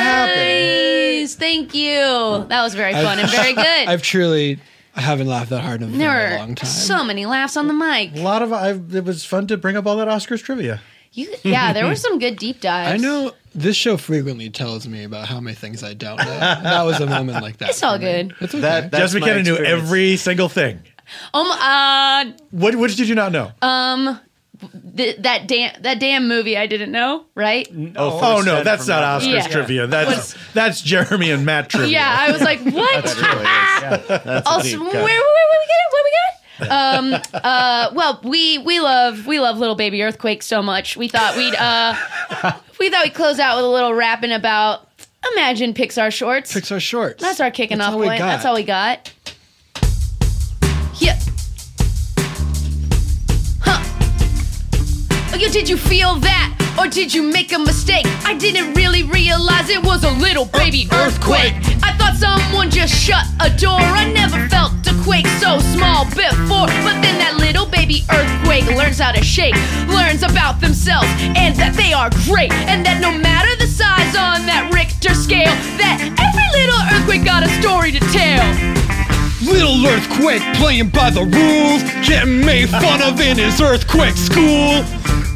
Speaker 6: happen.
Speaker 5: Thank you. That was very fun and very good.
Speaker 6: I've truly, I haven't laughed that hard in a
Speaker 5: there
Speaker 6: very
Speaker 5: were
Speaker 6: long time.
Speaker 5: so many laughs on the mic.
Speaker 6: A lot of, I've, it was fun to bring up all that Oscars trivia.
Speaker 5: You, yeah, there were some good deep dives.
Speaker 6: I know this show frequently tells me about how many things I don't know. that was a moment like that.
Speaker 5: It's all
Speaker 6: for me.
Speaker 5: good.
Speaker 6: It's okay.
Speaker 21: Jessica McKenna knew every single thing.
Speaker 5: Um, uh,
Speaker 21: What, what did you not know?
Speaker 5: um, th- that damn that damn movie I didn't know, right?
Speaker 21: Oh, no, that's not Oscars
Speaker 5: Yeah.
Speaker 21: trivia. That's that's Jeremy and Matt trivia.
Speaker 5: Yeah, I was like, what? also, where, where, where we get? Where we get? Um, uh, well, we we love we love little baby earthquake so much. We thought we'd uh, we thought we'd close out with a little rapping about imagine Pixar shorts.
Speaker 6: Pixar shorts.
Speaker 5: That's our kicking
Speaker 6: That's
Speaker 5: off
Speaker 6: all we
Speaker 5: point.
Speaker 6: got.
Speaker 5: That's all we got. Yeah. Huh. Oh, yo, did you feel that? Or did you make a mistake? I didn't really realize it was a little baby earthquake. I thought someone just shut a door. I never felt a quake so small before. But then that little baby earthquake learns how to shake, learns about themselves, and that they are great. And that no matter the size on that Richter scale, that every little earthquake got a story to tell.
Speaker 10: Little earthquake playing by the rules, getting made fun of in his earthquake school.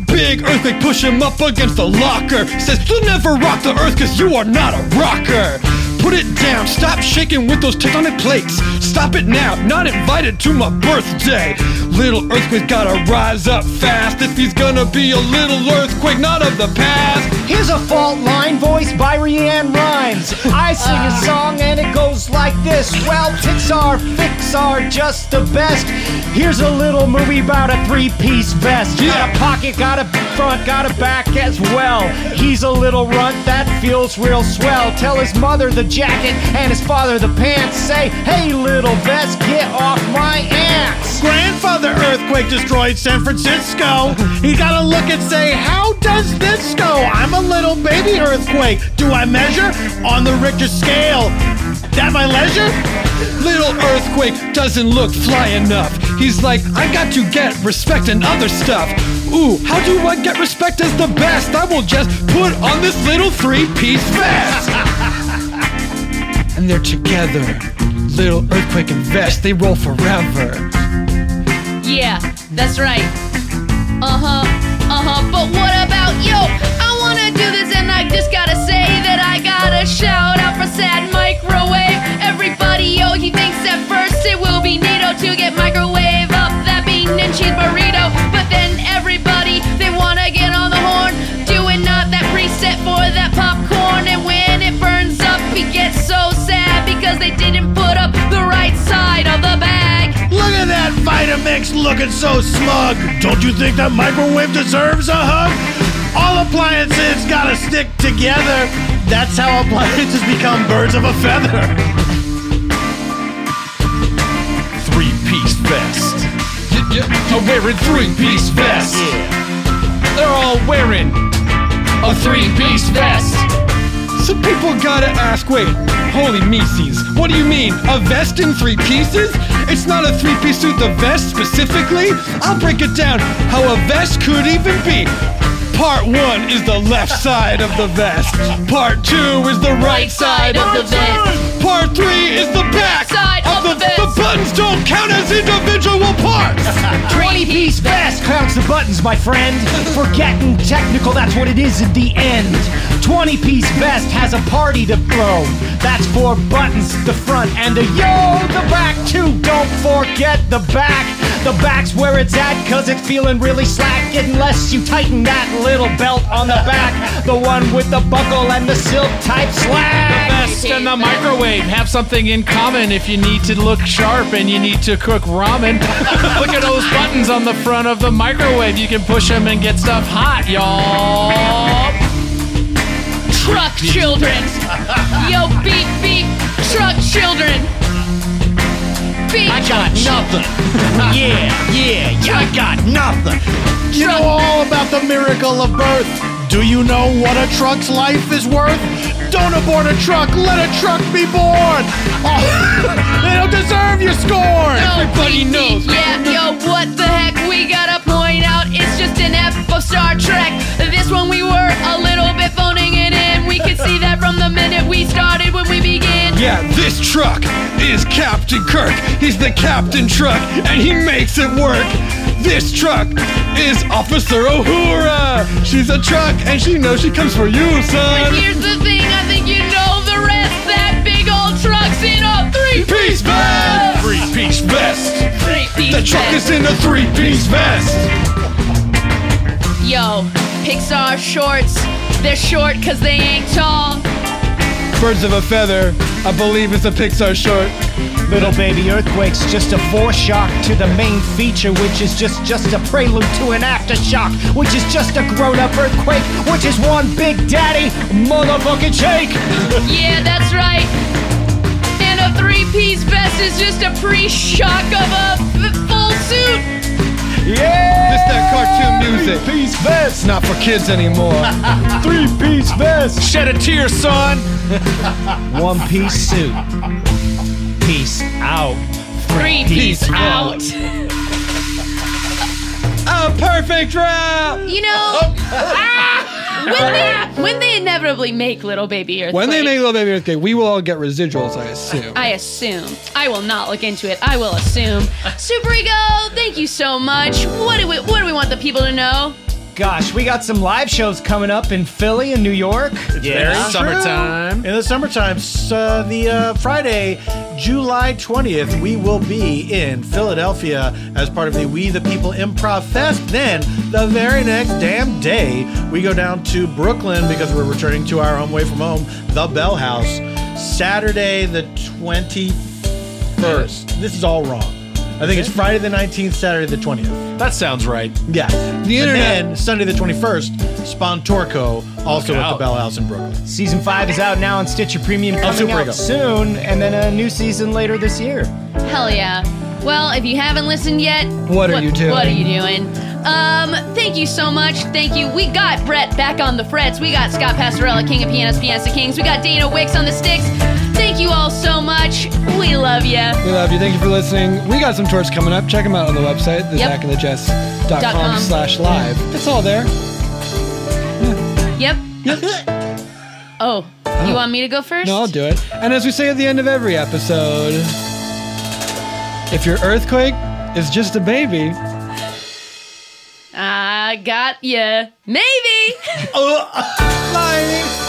Speaker 10: Big earthquake push him up against the locker. Says you'll never rock the earth cause you are not a rocker. Put it down, stop shaking with those tectonic plates. Stop it now, not invited to my birthday. Little earthquake gotta rise up fast if he's gonna be a little earthquake, not of the past.
Speaker 18: Here's a fault line voiced by Rhiannon Rhymes. I sing a song and it goes like this. Well, Pixar, Fixar, just the best. Here's a little movie about a three-piece vest. Got a pocket, got a front, got a back as well. He's a little runt that feels real swell. Tell his mother the jacket and his father the pants. Say, hey, little vest, get off my ass.
Speaker 7: Grandfather earthquake destroyed San Francisco. He got to look and say, How does this go? I'm a little baby earthquake. Do I measure on the Richter scale? That my leisure?
Speaker 10: Little Earthquake doesn't look fly enough. He's like, I got to get respect and other stuff. Ooh, how do I get respect as the best? I will just put on this little three piece vest. and they're together. Little Earthquake and Vest, they roll forever.
Speaker 5: Yeah, that's right. Uh huh. Uh huh. But what about yo? I wanna do this, and I just gotta say that I gotta shout out for Sad Microwave. Everybody, yo, he thinks at first it will be NATO to get microwave up that bean and cheese burrito. But then everybody, they wanna get on the horn, doing up that preset for that popcorn. And when it burns up, he gets so sad because they didn't put up the right side of the bag.
Speaker 7: Look at that Vitamix looking so smug. Don't you think that microwave deserves a hug? All appliances gotta stick together. That's how appliances become birds of a feather.
Speaker 10: Three piece vest. Yeah, yeah, I'm wearing three piece vest. They're all wearing a three piece vest. So people gotta ask, wait, holy Mises, what do you mean? A vest in three pieces? It's not a three piece suit, the vest specifically? I'll break it down how a vest could even be. Part one is the left side of the vest. Part two is the right side of the vest. Part three is the back side of the vest. The buttons don't count as individual parts.
Speaker 18: 20 piece vest counts the buttons, my friend. Forgetting technical, that's what it is at the end.
Speaker 12: 20 piece vest has a party to blow. That's four buttons, the front and the yo, the back too. Don't forget the back. The back's where it's at, cause it's feeling really slack. Unless you tighten that little belt on the back. The one with the buckle and the silk type slack.
Speaker 11: Best and the microwave have something in common if you need to look sharp and you need to cook ramen. look at those buttons on the front of the microwave. You can push them and get stuff hot, y'all.
Speaker 5: Truck children. Yo, beep, beep. Truck children. Beep.
Speaker 4: I got nothing. yeah, yeah, yeah, I got nothing.
Speaker 7: You know all about the miracle of birth. Do you know what a truck's life is worth? Don't abort a truck, let a truck be born. Oh, they don't deserve your scorn.
Speaker 5: Everybody knows. Yeah, yo, what the heck? We gotta point out it's just an F of Star Trek. This one we were a little bit phoning it in. We could see that from the minute we started when we began.
Speaker 10: Yeah, this truck is Captain Kirk. He's the Captain Truck, and he makes it work. This truck is Officer Uhura. She's a truck, and she knows she comes for you,
Speaker 5: But
Speaker 10: son.
Speaker 5: here's the thing, I think you know the rest. That big old truck's in a three-piece vest.
Speaker 10: Three-piece vest.
Speaker 5: Three-piece
Speaker 10: The truck is
Speaker 5: vest.
Speaker 10: in a three-piece vest.
Speaker 5: Yo, Pixar shorts. They're short 'cause they ain't tall.
Speaker 10: Birds of a Feather. I believe it's a Pixar short.
Speaker 12: Little baby earthquake's just a foreshock to the main feature, which is just just a prelude to an aftershock, which is just a grown-up earthquake, which is one big daddy motherfucking shake.
Speaker 5: Yeah, that's right. And a three-piece vest is just a pre-shock of a f- full suit.
Speaker 10: Yeah! This that cartoon music. Three-piece vest. Not for kids anymore. Three-piece vest. Shed a tear, son.
Speaker 22: One piece suit. Peace out.
Speaker 5: Three-piece out.
Speaker 10: A perfect Oh. wrap.
Speaker 5: You know, ah, when, they, when they inevitably make Little Baby Earthquake,
Speaker 10: When they make Little Baby Earthquake, we will all get residuals, I assume.
Speaker 5: I assume. I will not look into it. I will assume. Super Ego, thank you so much. What do we What do we want the people to know?
Speaker 12: Gosh, we got some live shows coming up in Philly and New York.
Speaker 7: Very true. In the summertime, so the uh, Friday, July 20th, we will be in Philadelphia as part of the We the People Improv Fest. Then, the very next damn day, we go down to Brooklyn because we're returning to our home away from home, the Bell House. Saturday, the 21st. This is all wrong. I think it's Friday the 19th, Saturday the 20th.
Speaker 23: That sounds right.
Speaker 7: Yeah. The internet. And then Sunday the 21st, Spontorco, also
Speaker 12: Look
Speaker 7: at the
Speaker 12: out.
Speaker 7: Bell House in Brooklyn.
Speaker 12: Season five is out now on Stitcher Premium,
Speaker 7: Oh,
Speaker 12: coming
Speaker 7: Super
Speaker 12: out
Speaker 7: Ego.
Speaker 12: soon, and then a new season later this year.
Speaker 5: Hell yeah. Well, if you haven't listened yet,
Speaker 12: What are you doing?
Speaker 5: What are you doing? Um, thank you so much. Thank you. We got Brett back on the frets. We got Scott Pastorella, King of Pianists, Pianista Kings. We got Dana Wicks on the sticks. Thank you all so much. We love you.
Speaker 10: We love you. Thank you for listening. We got some tours coming up. Check them out on the website, the
Speaker 5: Yep.
Speaker 10: Zach and the Jess dot
Speaker 5: Dot
Speaker 10: com
Speaker 5: com.
Speaker 10: slash live. It's all there.
Speaker 5: Yep. oh, you want me to go first?
Speaker 10: No, I'll do it. And as we say at the end of every episode, if your earthquake is just a baby,
Speaker 5: I got ya. Maybe.
Speaker 10: Live.